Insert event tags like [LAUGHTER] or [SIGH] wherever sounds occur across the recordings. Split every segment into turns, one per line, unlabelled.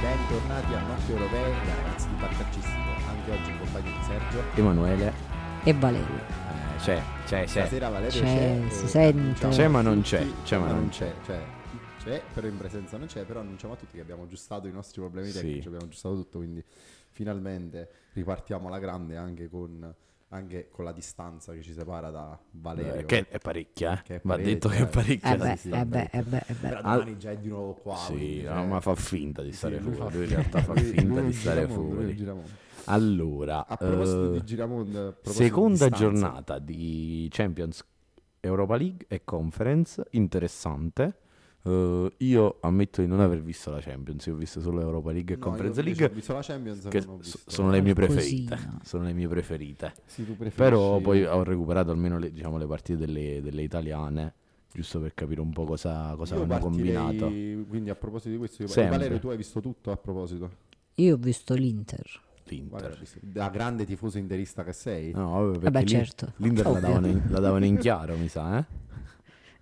Bentornati a Notte Europee, ragazzi di Barcaccistico. Anche oggi in compagnia di Sergio.
Emanuele,
e Valerio.
eh, c'è, c'è, c'è.
Stasera Valerio c'è.
C'è,
e
si sente.
annunciamo
C'è,
a
ma non
tutti-
c'è, c'è, ma non
c'è. Cioè, c'è, però in presenza non c'è. Però annunciamo a tutti che abbiamo aggiustato i nostri problemi
Sì.
tecnici. Abbiamo aggiustato tutto, quindi finalmente ripartiamo alla grande anche con, anche con la distanza che ci separa da Valerio.
Eh, Che è parecchia,
Che
eh.
è
Va
parecchia,
detto che
eh.
è parecchia.
Eh
sì,
beh,
sì,
eh beh,
vabbè.
eh beh, eh
Però
beh.
domani già è di nuovo qua.
Sì,
quindi,
no,
eh,
ma fa finta di
sì,
stare
lui fa
fuori. Lui
[LAUGHS]
in
finta-
realtà fa
lui-
finta
lui è
di
un
stare
giramondo, lui è un
fuori.
giramondo.
Allora,
A proposito
eh,
di Giramondo, a proposito di
seconda
distanza.
giornata di Champions Europa League e Conference, interessante. Eh, io ammetto di non aver visto la Champions, io ho visto solo Europa League e
No,
Conference
io invece
League,
Ho visto la Champions
che
non ho
so-
visto.
sono le mie
Qualcosina.
preferite. Sono le mie preferite.
Sì, tu preferisci-
Però poi ho recuperato almeno le, diciamo, le partite delle, delle italiane, giusto per capire un po' cosa, cosa
Io
hanno
partirei-
combinato.
Quindi a proposito di questo, io...
Sempre.
Valerio, tu hai visto tutto a proposito.
Io ho visto l'Inter.
Guarda,
L'Inter.
da grande tifoso interista che sei.
No, vabbè, perché
Eh beh,
l'In-
certo.
L'Inter la
Ovvio.
davano, in, la davano in chiaro, mi sa, eh?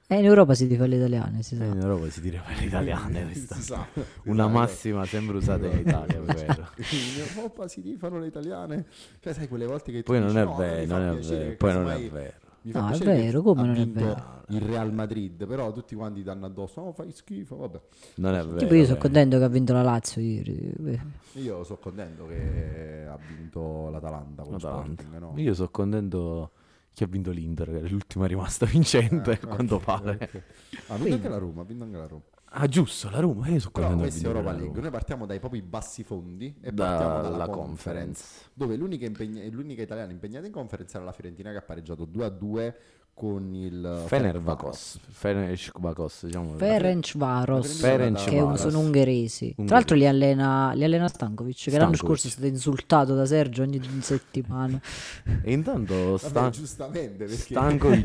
E in Europa si fa le italiane, si
Eh,
sa.
In Europa si tira per le italiane questa.
[LAUGHS] Si sa.
Una
Dai,
massima sempre usata in
[LAUGHS]
Italia, vero.
In Europa si tifano le italiane. Cioè, sai, quelle volte che
Poi
tu
non
dici,
è
"No, Diciamo, mi
vero,
fa
non è
piacere
vero,
che
poi non è
casomai
vero.
Mi fa
No, è
piacere che
vero, come
ha
non è
vinto
vero?
Il Real Madrid, però tutti quanti danno addosso. No, fai schifo. Vabbè,
Non è vero.
Tipo io sono
eh.
contento che ha vinto la Lazio ieri. Eh,
io sono contento che ha vinto l'Atalanta. Con
Atalanta.
Sporting, no?
Io sono contento che ha vinto l'Inter, che è l'ultima rimasta [LAUGHS] vincente,
Eh,
a
[LAUGHS]
quanto pare.
Ha Ah,
[LAUGHS]
vinto anche la Roma. Ha vinto anche la Roma.
Ah, giusto, la Roma, io sono
Però
contento. che ha
questa è
vinto
Europa
la
League.
Roma.
Noi partiamo dai propri bassi fondi e
Da-
partiamo dalla
la
conference,
Conference.
dove l'unica, impegna- l'unica italiana impegnata in conference era la Fiorentina che ha pareggiato 2-2 con il
Fenerbahce, Fenerbahce, diciamo.
Ferencvaros,
Ferencvaros.
che è un- sono ungheresi.
Ungheresi.
Tra l'altro li allena, li allena Stankovic, che l'anno
Stankovic.
scorso è stato insultato da
[LAUGHS]
Sergio ogni settimana.
E intanto
Vabbè,
sta...
giustamente perché
Stankovic.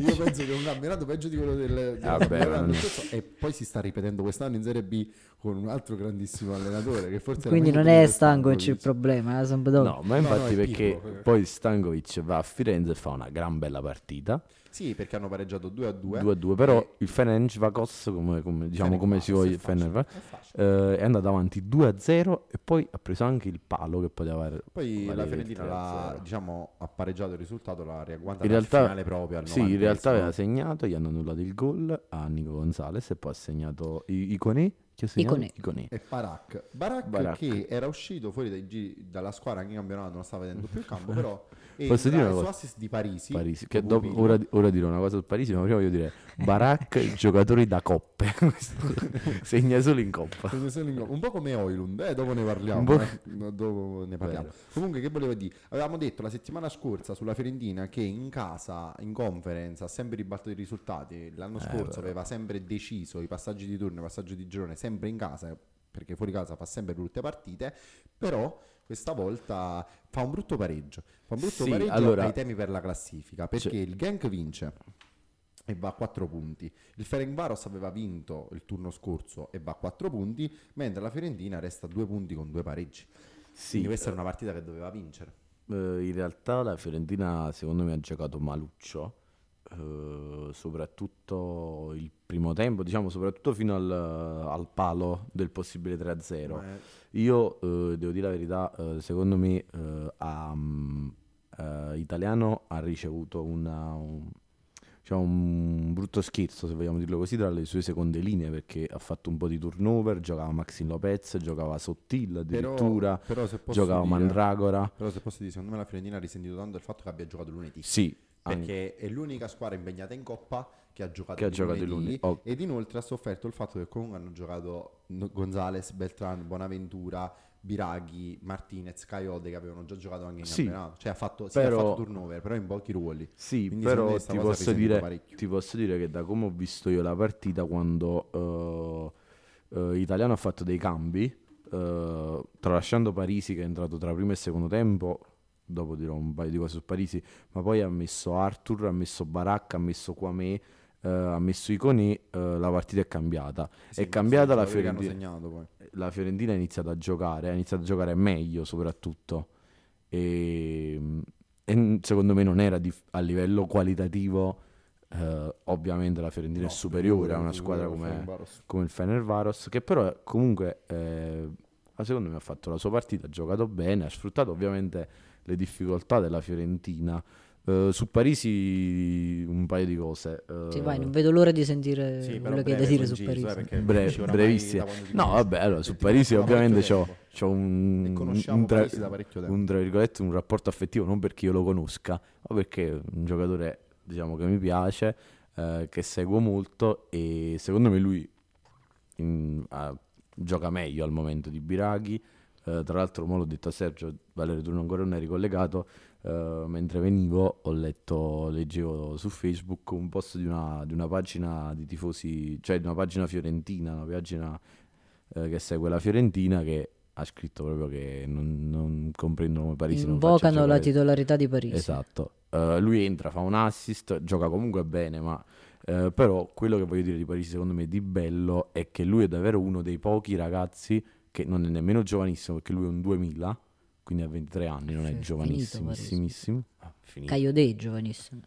[LAUGHS] io penso che è un campionato peggio di quello del, del
Eh, Vabbè,
campionato
non-
scorso. e poi si sta ripetendo quest'anno in Serie B con un altro grandissimo allenatore che forse era
Quindi
meglio
non è
di
Stankovic il problema, è la Sampdoria.
No, ma
No, no,
infatti
è
perché
piccolo.
poi Stankovic va a Firenze e fa una gran bella partita,
Sì, perché hanno pareggiato 2 a 2.
2-2,
Eh.
però il Ferencvaros, come, come- diciamo come si voglia, Fenerbahce, eh, è andato avanti 2-0 e poi ha preso anche il palo che poteva avere.
Poi la
valere il
Fiorentina l'ha,
3-0.
diciamo, ha pareggiato il risultato, l'ha riagguantata
eh, In
al
realtà,
finale proprio al
sì, in realtà
90esimo.
aveva segnato, gli hanno annullato il gol a Nico Gonzalez e poi ha segnato I- Iconé, chi ha segnato?
Iconé.
Iconé.
E Barak. Barak,
Barak.
che era uscito fuori dai giri- dalla squadra anche in campionato, non stava vedendo più il
[LAUGHS]
campo, però e
Posso dire
il
una
suo
cosa?
assist di Parisi,
Parisi, che
dopo
dopo-
Pirlo,
ora, ora dirò una cosa su Parisi, ma prima voglio dire Barak, giocatori da coppe. [LAUGHS] Questo segna solo in coppa.
prende solo in gol. un po' come Oilund, eh, dopo ne parliamo,
Un po'
eh, no, dopo ne parliamo. Comunque che volevo dire, avevamo detto la settimana scorsa sulla Fiorentina che in casa, in conference, ha sempre ribattuto i risultati, l'anno
Eh,
scorso aveva sempre deciso i passaggi di turno, i passaggi di girone, sempre in casa, perché fuori casa fa sempre brutte partite, però questa volta fa un brutto pareggio. Fa un brutto
Sì,
pareggio
allora-
ai temi per la classifica, perché
Cioè-
il Genk vince e va a 4 punti. Il Ferencvaros aveva vinto il turno scorso e va a 4 punti, mentre la Fiorentina resta a 2 punti con due pareggi.
Sì,
Quindi questa era una partita che doveva vincere.
eh, in realtà la Fiorentina secondo me ha giocato maluccio, eh, soprattutto il primo tempo, diciamo soprattutto fino al, al palo del possibile 3-0.
Ma è-
Io eh, devo dire la verità, eh, secondo me eh, ha, mm, eh, Italiano ha ricevuto una- un, diciamo, un brutto scherzo, se vogliamo dirlo così, tra le sue seconde linee perché ha fatto un po' di turnover, giocava Maxin Lopez, giocava Sottil
però-
addirittura,
però se posso
giocava
dire-
Mandragora.
Però se posso dire, secondo me la Fiorentina ha risentito tanto il fatto che abbia giocato lunedì.
Sì, anche-
Perché è l'unica squadra impegnata in Coppa che ha giocato
Che ha
di
giocato di
lunedì,
lunedì, ok.
ed inoltre ha sofferto il fatto che comunque hanno giocato N- Gonzales, Beltran, Bonaventura, Biraghi, Martinez, Caiode che avevano già giocato anche in
Sì.
campionato. Cioè ha fatto, sì, ha
Però-
fatto turnover, però in pochi ruoli.
Sì,
Quindi secondo
però
me sta
ti
cosa ha
posso,
risentito
dire,
parecchio.
ti posso dire che da come ho visto io la partita, quando eh, eh, Italiano ha fatto dei cambi, eh, tralasciando Parisi che è entrato tra primo e secondo tempo, dopo dirò un paio di cose su Parisi, ma poi ha messo Arthur, ha messo Baracca, ha messo Kwame, eh, ha messo Iconi, la partita è cambiata.
Sì,
è cambiata
sono
la
i giocatori che hanno
Fiorentina
segnato poi.
la Fiorentina ha iniziato a giocare, ha iniziato a giocare meglio soprattutto e, e n- secondo me non era dif- a livello qualitativo eh, ovviamente la Fiorentina è
No,
superiore a una
sicuro,
squadra
sicuro,
come,
Ferencvaros.
come il Fenervaros che però comunque eh, ma secondo me ha fatto la sua partita, ha giocato bene, ha sfruttato ovviamente le difficoltà della Fiorentina. Eh, su Parisi un paio di cose. eh,
Sì, vai, non vedo l'ora di sentire
Sì, però
Eh, quello che hai da
breve,
dire su
conciso, eh,
Parigi.
perché
Bre-
dici oramai
brevissima.
da quando ti
No,
conosco.
vabbè, allora su
Eh, Ti conosco
Parisi
da
ovviamente
parecchio
c'ho,
tempo.
c'ho un,
E conosciamo
un tra-
Parisi da parecchio tempo.
un, tra virgolette, un rapporto affettivo, non perché io lo conosca, ma perché è un giocatore diciamo, che mi piace, eh, che seguo molto e secondo me lui in- ah, gioca meglio al momento di Biraghi. Eh, tra l'altro, mo l'ho detto a Sergio, Valerio, tu non- ancora non eri collegato. eh, mentre venivo, ho letto, leggevo su Facebook un post di una, di una pagina di tifosi, cioè di una pagina fiorentina, una pagina eh, che segue la Fiorentina che ha scritto proprio che non, non comprendono come Parisi non faccia
Invocano la
giocare-
titolarità di Parigi.
Esatto. Eh, lui entra, fa un assist, gioca comunque bene, ma eh, però quello che voglio dire di Parisi secondo me di bello è che lui è davvero uno dei pochi ragazzi che non è nemmeno giovanissimo perché lui è un 2000, quindi ha 23 anni, non è
Sì,
giovanissimissimo. Ah, finito.
Caio Dei, giovanissimo.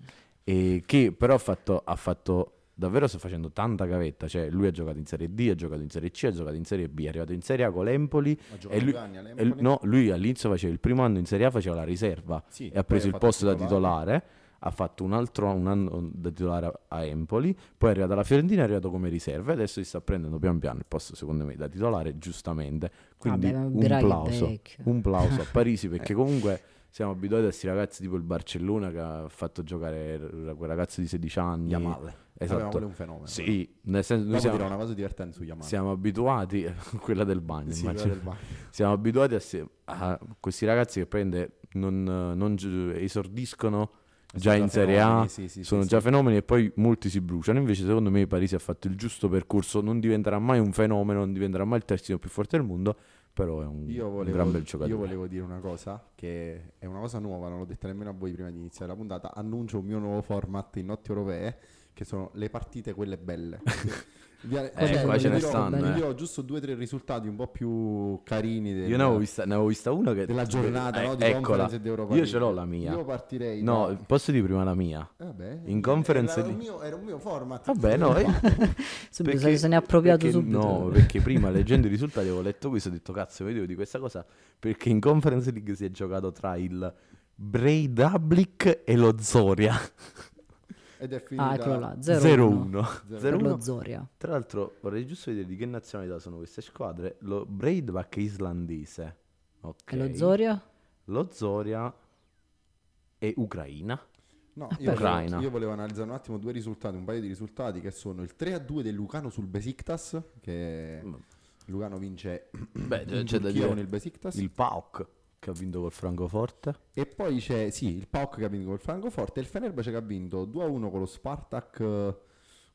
E che però ha fatto, ha fatto davvero sta facendo tanta gavetta, cioè lui ha giocato in Serie D, ha giocato in Serie C, ha giocato in Serie B, è arrivato in Serie A con l'Empoli
Ha giocato
e lui,
due anni
e lui-
all'Empoli.
no, lui all'inizio faceva il primo anno in Serie A, faceva la riserva
Sì,
e
poi
ha preso il
Eh, fatto
posto da titolare. Ha fatto un altro un anno da titolare a Empoli, poi è arrivato alla Fiorentina, è arrivato come riserva e adesso si sta prendendo pian piano il posto, secondo me, da titolare, giustamente. Quindi
Vabbè, ma
un
Biraghi è
plauso,
vecchio.
un plauso
[LAUGHS]
a Parisi
Eh.
perché comunque siamo abituati a questi ragazzi tipo il Barcellona che ha fatto giocare r- quel ragazzo di 16 anni.
Yamal. Vabbè, ma
Esatto.
quello è un fenomeno. Dopo
Sì, nel senso noi
dirò
siamo,
una cosa divertente su Yamal.
siamo abituati, quella del bagno,
Sì,
immagino.
quello del Bayern.
Siamo abituati a, se- a questi ragazzi che prende, non, non gi- esordiscono già
Sono
in Serie A,
fenomeni, sì, sì, sì,
sono
sì.
già fenomeni e poi molti si bruciano. Invece, secondo me, Parisi ha fatto il giusto percorso. Non diventerà mai un fenomeno, non diventerà mai il terzino più forte del mondo. Però è un,
Io
un
volevo,
gran bel
io
giocatore.
volevo dire una cosa che è una cosa nuova, non l'ho detta nemmeno a voi prima di iniziare la puntata. Annuncio un mio nuovo format in notti europee che sono le partite quelle
[LAUGHS]
belle. Vi-
Eh, qua
vi
ce ne
dirò-
stanno,
Vi
eh.
dirò giusto due o tre risultati un po' più carini. del-
Io ne avevo vista, ne avevo vista una che
della giornata
eh,
no, di
eccola.
Conference e di Europa
Io
League.
ce l'ho la mia.
Io partirei. da-
No, posso dire prima la mia.
Eh, vabbè,
in conference
era,
di-
un mio, era un mio format.
Vabbè, no, eh,
Subito
Perché-
se ne è appropriato
perché-
subito.
No, perché
[LAUGHS]
prima leggendo i risultati avevo letto questo e ho detto cazzo, vedevo di questa cosa perché in Conference League si è giocato tra il Breidablik e lo
[LAUGHS]
Zoria
[LAUGHS] Ed è finita.
Ah, eccolo là, 0-1.
0-1.
Per
0-1.
lo Zoria.
Tra l'altro vorrei giusto vedere di che nazionalità sono queste squadre. Lo Breidablik è islandese. Ok.
E lo Zoria?
Lo Zoria è ucraina.
No,
Ah,
io
Ucraina.
volevo, io volevo analizzare un attimo due risultati, un paio di risultati che sono il 3 a 2 del Lucano sul Besiktas, che
Mm.
Lucano vince
Beh, c'è
in
da
Turchia
dire
con il Besiktas
Il PAOK che ha vinto col Francoforte.
e poi c'è sì, il PAOK che ha vinto col Francoforte e il Fenerbahce che ha vinto 2 a 1 con lo Spartak eh,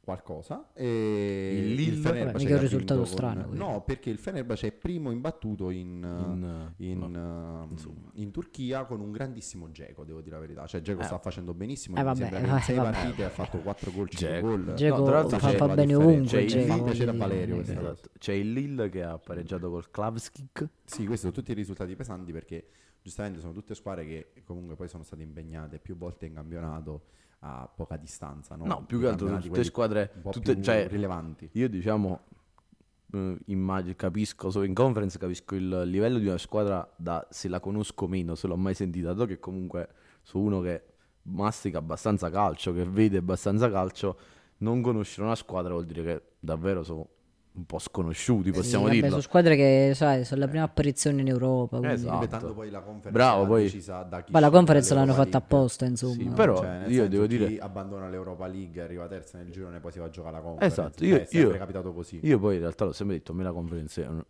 qualcosa e
Il Lille-
Fenerbahce
Vabbè, mica
che
un
ha vinto
risultato
con-
strano, quindi.
No, perché il Fenerbahce è primo imbattuto in, eh,
In,
in,
no.
ehm, in Turchia con un grandissimo Geco, devo dire la verità. Cioè, Geco
Eh.
sta facendo benissimo.
Eh,
mi
vabbè,
sembra che in
vabbè,
6
vabbè,
partite ha fatto 4 gol, 5
Dzeko.
gol.
Dzeko
tra l'altro
fa,
c'è
fa
la
bene
differenza.
ovunque.
Cioè, il
Dzeko,
leader
voglio
c'era
dire,
Valerio,
non è
questa
che-
cosa.
Esatto. C'è il Lille che ha pareggiato col Klavskik.
Sì, questi sono tutti i risultati pesanti perché giustamente sono tutte squadre che comunque poi sono state impegnate più volte in campionato a poca distanza. No,
No, più che altro sono
Campionati quelli
tutte squadre.
un po'
tutte-
più
cioè,
rilevanti.
io diciamo, eh, immagino, capisco, solo in conference capisco il livello di una squadra da se la conosco o meno, se l'ho mai sentita, dato che comunque sono uno che mastica abbastanza calcio, che vede abbastanza calcio, non conoscere una squadra vuol dire che davvero sono un po'
Eh
sconosciuti,
Sì,
possiamo
vabbè,
dirlo.
sono squadre che, sai, sono la prima apparizione in Europa. quindi-
Esatto.
Ripeto, poi la conferenza
Bravo,
l'ha
poi-
decisa da chi
Ma la
scende
conference l'hanno
dall'Europa
fatta
League.
apposta, insomma.
Sì, però
Cioè, nel
io
senso,
devo
chi
dire
abbandona l'Europa League, arriva terza nel girone, poi si va a giocare la conference.
Esatto,
Cioè,
io-
è sempre
io-
capitato così.
Io poi in realtà l'ho sempre detto, a me la conferenza è, un-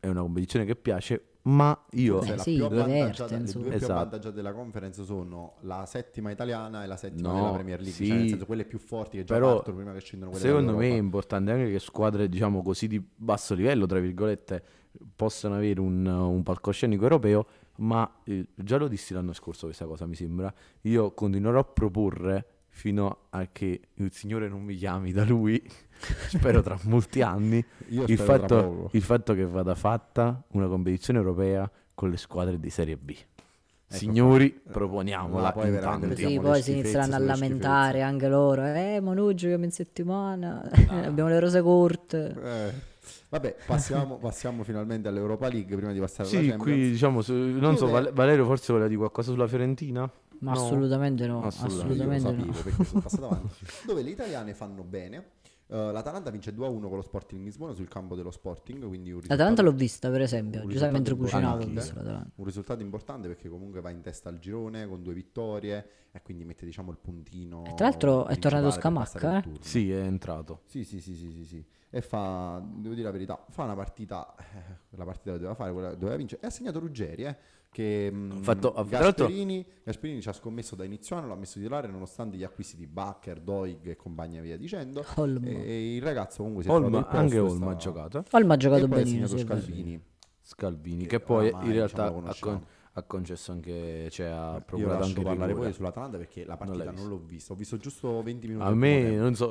è una competizione che piace, ma io...
Cioè, la
Eh sì,
più
diverte,
avvantaggiata- le
insomma.
due più
Esatto.
avvantaggiate della conference sono la settima italiana e la settima
No,
della Premier League,
sì,
cioè nel senso quelle più forti che già
però,
partono prima che scendono quelle
Secondo me è
dall'Europa.
importante anche che squadre, diciamo così, di basso livello, tra virgolette, possano avere un, un palcoscenico europeo, ma eh, già lo dissi l'anno scorso questa cosa, mi sembra. Io continuerò a proporre fino a che il Signore non mi chiami da lui, [LAUGHS] spero tra molti anni,
Io
il
spero tra
fatto,
poco.
il fatto che vada fatta una competizione europea con le squadre di Serie B.
Ecco,
Signori, proponiamola.
Là poi
in
veramente
tanti.
Vediamo
Sì,
le
poi si
schifezze
inizieranno a
sulle
[LAUGHS] lamentare anche loro. Eh, Monuggio, giochiamo in settimana. Abbiamo le rose corte.
Eh, Vabbè,
[LAUGHS]
passiamo, passiamo finalmente all'Europa League prima di passare alla
Sì,
Champions.
qui diciamo, su- non so,
Chiude-
Val- Valerio forse voleva dire qualcosa sulla Fiorentina?
Mm.
Ma
No.
assolutamente no,
Assolutamente,
Io lo
assolutamente
sapevo
no.
perché sono passato avanti. Dove le italiane fanno bene. Eh, L'Atalanta vince 2-1 con lo Sporting Lisbona sul campo dello Sporting, quindi un risultato,
L'Atalanta l'ho vista per esempio,
Un
oggi sai, mentre
risultato
cucinavo ho
importante.
visto l'Atalanta.
un risultato importante perché comunque va in testa al girone con due vittorie e quindi mette diciamo il puntino.
E tra l'altro è
principale
tornato
per
Scamacca,
passare il
eh?
turno.
Sì, è entrato.
Sì, sì, sì, sì, sì, sì. E fa, devo dire la verità, fa una partita, eh, la partita che doveva fare, quella che doveva vincere, e ha segnato Ruggeri, eh, che mh,
Fatto- tra l'altro-
Gasperini, Gasperini ci ha scommesso da inizio anno, l'ha messo titolare nonostante gli acquisti di Bacher, Doig e compagnia via dicendo,
Olmo.
e, e il ragazzo comunque si è trovato il
Olma,
posto
anche
e
Olma ha
sta-
giocato. eh?
Olma ha
E
giocato
poi ha
benissimo,
segnato
sì, è vero.
Scalvini.
Scalvini,
Che
che poi
oramai,
in realtà
diciamo, lo
ha,
conosciamo.
con- ha concesso anche, cioè ha
Io
procurato anche
lascio
il
parlare
rigore.
voi sull'Atalanta perché la partita non,
l'hai vista.
l'ho vista, ho visto giusto 20 minuti.
A
del primo
me,
tempo.
non so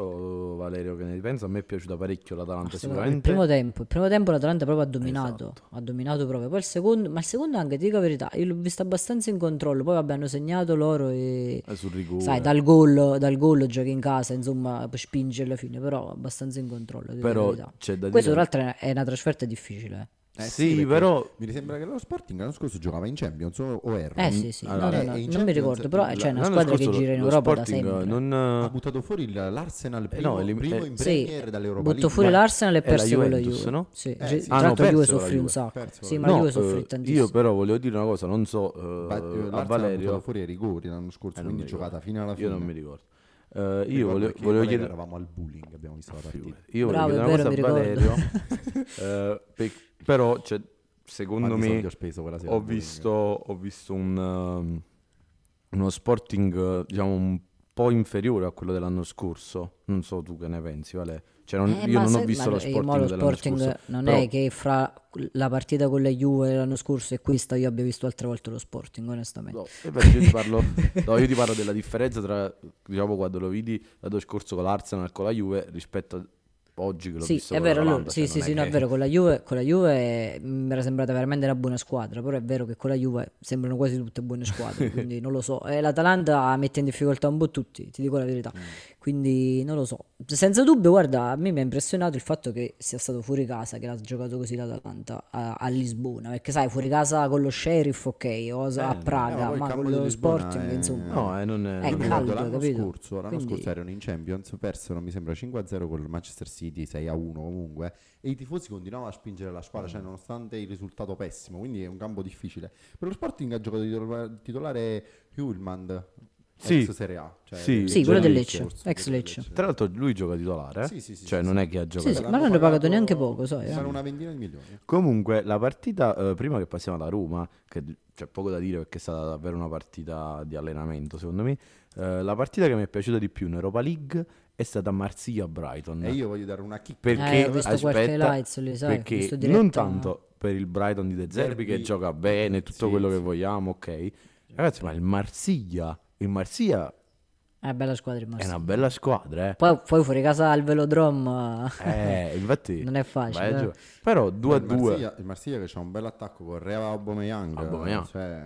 Valerio che ne pensa, a me è piaciuta parecchio l'Atalanta
Assolutamente. Il
sicuramente.
primo tempo, il primo tempo l'Atalanta proprio ha dominato,
Esatto.
ha dominato proprio. Poi il secondo, ma il secondo anche, ti dico la verità, io l'ho visto abbastanza in controllo, poi vabbè hanno segnato loro e
Eh, sul rigore.
sai, dal gol, dal gol giochi in casa, insomma, spinge alla fine, però abbastanza in controllo, ti dico la
Però
verità.
c'è da
Questo
dire...
tra l'altro è una trasferta difficile.
Eh
sì,
perché
però
Mi sembra che lo Sporting l'anno scorso giocava in Champions o o erro.
Eh, eh sì, sì.
allora,
no,
eh,
no, no,
in
non mi
Champions
ricordo, però
la-
c'è Cioè, una
l'anno
squadra che
scorso lo-
gira in
lo
Europa da
Sporting,
sempre.
eh, non,
ha
eh,
buttato fuori il- l'Arsenal primo,
no, elim-
primo
eh,
in
Sì,
Premier dall'Europa
buttò
League.
fuori
Ma-
l'Arsenal e
è la
perse con la
Juventus,
Juve.
no?
Sì,
Eh,
gi-
sì, sì.
tra
Ah, no,
l'altro la Juve
perse con la
soffrì un
Juve,
sacco.
perse con
Sì,
la
ma la
no,
Juve
eh,
soffrì
io
tantissimo.
però volevo dire una cosa, non so eh,
Ba- eh, l'Arsenal
a
ha
Valerio,
buttato fuori i rigori l'anno scorso,
Eh, non
quindi
mi
giocata
ricordo.
fino alla fine.
io non mi ricordo. Eh, io
Ricordo
volevo,
che
volevo
con lei
chiedere...
eravamo al booling, abbiamo visto la partita.
Figurati. Io volevo
Bravo,
chiedere
è
una cosa a
vero, mi
Valerio,
[LAUGHS]
eh, pe- però cioè, secondo
Quanti soldi
me
ho speso quella sera
ho
al bowling?
visto, ho visto un, um, uno sporting eh, diciamo un po' inferiore a quello dell'anno scorso. Non so tu che ne pensi, Vale. Cioè, non-
Eh,
io
ma
non
sai-
ho visto
ma
lo
eh,
sporting
mo lo
dell'anno
Sporting
scorso.
non
però-
è che fra la partita con la Juve l'anno scorso e questa io abbia visto altre volte lo Sporting, onestamente.
No, eh, perché io, ti
[LAUGHS]
parlo, no, io ti parlo della differenza tra diciamo quando lo vidi l'anno scorso con l'Arsenal e con la Juve rispetto a oggi che l'ho
Sì,
visto
è
con
vero, allora,
l'Atalanta,
sì,
cioè,
sì,
non
sì, no,
che-
è vero, con la Juve, con la Juve mi era sembrata veramente una buona squadra, però è vero che con la Juve sembrano quasi tutte buone
[LAUGHS]
squadre, quindi non lo so. E l'Atalanta mette in difficoltà un po' tutti, ti dico la verità.
Mm.
Quindi non lo so. Senza dubbio, guarda, a me mi ha impressionato il fatto che sia stato fuori casa, che l'ha giocato così l'Atalanta a, a Lisbona, perché sai, fuori casa con lo Sheriff, ok, o s- a
Eh,
ma
Praga,
poi il
ma
campo
con
di
lo
Lisbona
Sporting,
è-
insomma.
No, eh, non è...
Eh,
Io mi
non è-
ricordo
caldo,
l'anno
capito?
scorso, l'anno
Quindi-
scorso erano in Champions, persero mi sembra 5-0 col Manchester City, 6-1 comunque, e i tifosi continuavano a spingere la squadra,
Mm.
cioè nonostante il risultato pessimo, quindi è un campo difficile. Per lo Sporting ha giocato titola- titolare Hulmand,
Sì.
ex Serie A. Cioè
Sì,
del-
Sì, quello
del
del
Lecce,
Lecce,
forse,
ex
del
Lecce.
Tra l'altro lui gioca titolare, eh?
Sì, sì, sì,
cioè
sì,
non
sì.
è che ha giocato.
Sì, sì, ma non hanno pagato neanche poco, sai, eh.
Sarà una ventina di milioni.
Comunque la partita, eh, prima che passiamo alla Roma, che d- c'è poco da dire perché è stata davvero una partita di allenamento secondo me, eh, la partita che mi è piaciuta di più in Europa League è stata Marsiglia-Brighton.
E io voglio dare una chicca.
Perché,
Eh, ho visto qualche
aspetta,
highlights lì, sai, ho
perché
visto diretta-
non tanto per il Brighton di De Zerbi che
Zerbi-
gioca bene, tutto
Sì,
quello che
sì.
vogliamo, ok. Ragazzi, ma il Marsiglia, il Marsiglia
È bella squadra il
è
Marsiglia.
una bella squadra,
[LAUGHS]
eh.
Poi, poi fuori casa al velodrome
Eh, infatti
[LAUGHS] non è
vai a
facile. eh.
giocare. Però 2 a
il
2.
Marsiglia, il Marsiglia che c'ha un bel attacco con Rea Aubameyang,
Aubameyang.
Cioè,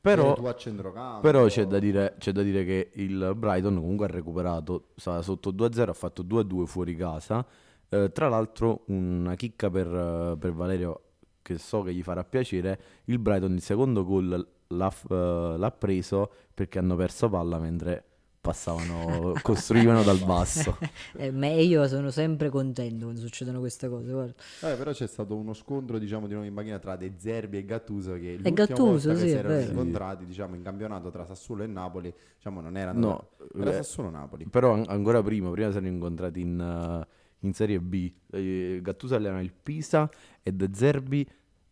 Però-
tu a centrocampo.
Però c'è da, dire, c'è da dire che il Brighton comunque ha recuperato, stava sotto 2-0, ha fatto 2-2 fuori casa. Eh, tra l'altro una chicca per, eh, per Valerio che so che gli farà piacere, il Brighton il secondo gol l'ha, f- eh, l'ha preso perché hanno perso palla mentre [LAUGHS] passavano, costruivano dal basso.
[LAUGHS] Eh, ma io sono sempre contento quando succedono queste cose. Guarda.
Eh, però c'è stato uno scontro, diciamo, di nuovo in macchina tra De Zerbi e Gattuso che l'ultima
Gattuso,
volta
sì,
che
è
si erano
vero.
incontrati, diciamo, in campionato tra Sassuolo e Napoli, diciamo, non era
No,
era
eh,
Sassuolo-Napoli.
Però an- ancora prima, prima si sono incontrati in, eh, in Serie B. Eh, Gattuso allenava il Pisa e De Zerbi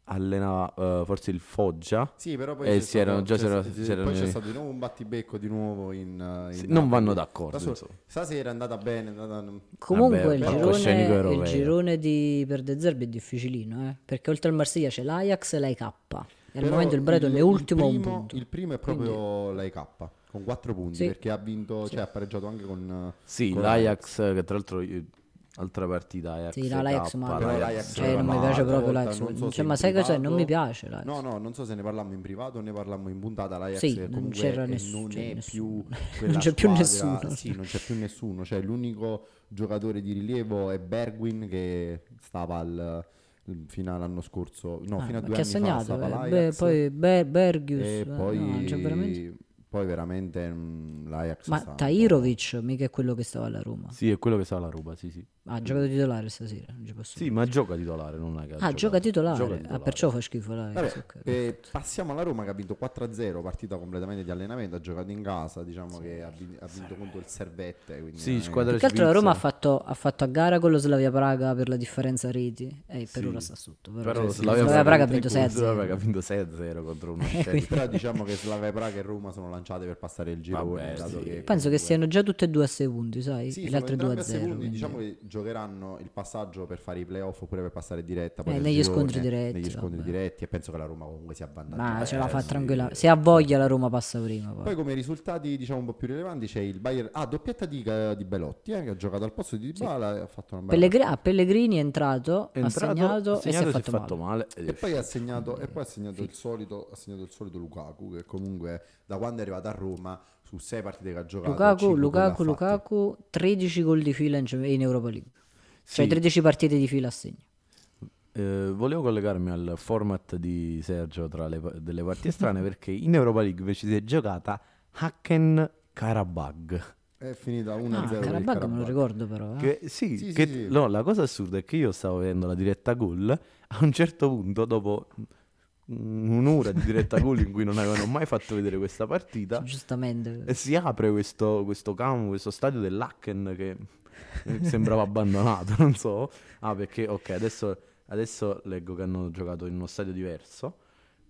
allenava eh, forse il Foggia.
Sì, però poi
Eh,
c'è
si erano
stato-
già-
c'è
c'era-
stato-
c'erano-
poi c'è stato di nuovo un battibecco di nuovo in, eh, in
Sì,
Napoli.
non vanno d'accordo.
Stasera,
insomma.
stasera è andata bene, è andata-
Comunque
Vabbè,
il,
palcoscenico
girone,
europeo.
il girone di per De Zerbi è difficilino, eh, perché oltre al Marsiglia c'è l'Ajax e l'AIK. E al
Però
momento il Breton è ultimo a un
primo-
punto.
Il primo è proprio l'AIK con 4 punti
Sì.
perché ha vinto, cioè ha pareggiato anche con eh,
Sì,
con
l'Ajax, che tra l'altro eh, Altra partita Ajax.
Sì, no, l'Ajax,
K,
ma-
Però
L'Ajax
l'Ajax
cioè,
ne
non mi
parlammo
piace
l'altra
proprio
volta,
l'Ajax.
non so
Cioè,
se in
ma sai cos'è?
privato-
Non mi piace l'Ajax.
No, no, non so se ne parlammo in privato o ne parlammo in puntata. L'Ajax
Sì,
che
non
comunque
c'era
eh,
nessuno,
non
cioè,
è
nessuno.
più quella
[LAUGHS] Non c'è più
squadra-
nessuno.
Sì, non c'è più nessuno. Cioè, l'unico giocatore di rilievo è Bergwin che stava al fino all'anno scorso, no,
Ah,
fino a
ma
due
che ha
anni fa
segnato,
stava
eh,
l'Ajax.
beh, poi Ber- Bergius,
e
eh, no,
poi,
non c'è veramente-
poi veramente mm, l'Ajax
Ma
sta un po'-
Tairovic mica è quello che stava alla Roma.
Sì, è quello che sa la ruba, sì, sì.
Ah,
Mm.
ha giocato titolare stasera, non ci posso
Sì, ma gioca titolare, non è che ha
Ah,
giocato.
gioca titolare.
Gioca
Ah, perciò fa schifo l'Ajax.
Vabbè,
ok.
eh, passiamo alla Roma che ha vinto 4-0, partita completamente di allenamento, ha giocato in casa, diciamo che ha, vin- ha vinto contro il Servette. Quindi
Sì,
veramente-
squadra
Più che altro la Roma ha
svizzera.
fatto, ha fatto a gara con lo Slavia Praga per la differenza reti e per
Sì.
ora sta sotto. Però,
Però
lo
sì, Slavia
Slavia
cioè, Praga,
Praga
ha vinto
contro-
6
Slavia Praga ha vinto 6-0
[LAUGHS]
contro uno Sheriff.
Però diciamo che Slavia Praga e Roma sono lanciate per passare il girone.
Vabbè,
dato
sì.
che
Penso
comunque-
che siano già tutte e due a 6 punti, sai?
Sì,
e le
sono
altre due
entrambe
a
a
0.
secondi,
quindi-
diciamo che giocheranno il passaggio per fare i playoff oppure per passare diretta. poi
Eh,
nel
negli
girone,
scontri diretti,
Negli scontri
vabbè.
diretti e penso che la Roma comunque sia avvantaggiata.
Ma ce la fa
Eh, sì.
tranquilla. Se ha voglia la Roma passa prima. Poi.
Poi come risultati diciamo un po' più rilevanti c'è il Bayern, ah doppietta di, di Belotti eh, che ha giocato al posto di Dybala e ha fatto una bella
Pellegri- ah, Pellegrini è entrato,
È entrato,
ha segnato,
segnato,
e si è fatto, male.
male. eh, ed è
E poi ha segnato, e poi ha segnato il solito, ha segnato il solito Lukaku, che comunque da quando è arrivato a Roma, su sei partite che ha giocato,
Lukaku,
cinque
Lukaku,
gol ha fatti.
Lukaku, 13 gol di fila in, in Europa League. Cioè
Sì.
13 partite di fila a segno.
Eh, volevo collegarmi al format di Sergio tra le, delle parti strane perché in Europa League invece si è giocata Hacken Karabag.
È finita 1-0
Ah,
per il
Carabag me lo
Karabakh.
ricordo però. eh.
Che- Ah, sì,
Sì, sì,
che-
sì.
no, la cosa assurda è che io stavo vedendo la diretta gol. A un certo punto, dopo un'ora di diretta gol in cui non avevano mai fatto vedere questa partita,
Giustamente. eh,
E si apre questo, questo campo, questo stadio dell'Hacken che eh, sembrava abbandonato, non so. Ah, perché ok, adesso, adesso leggo che hanno giocato in uno stadio diverso.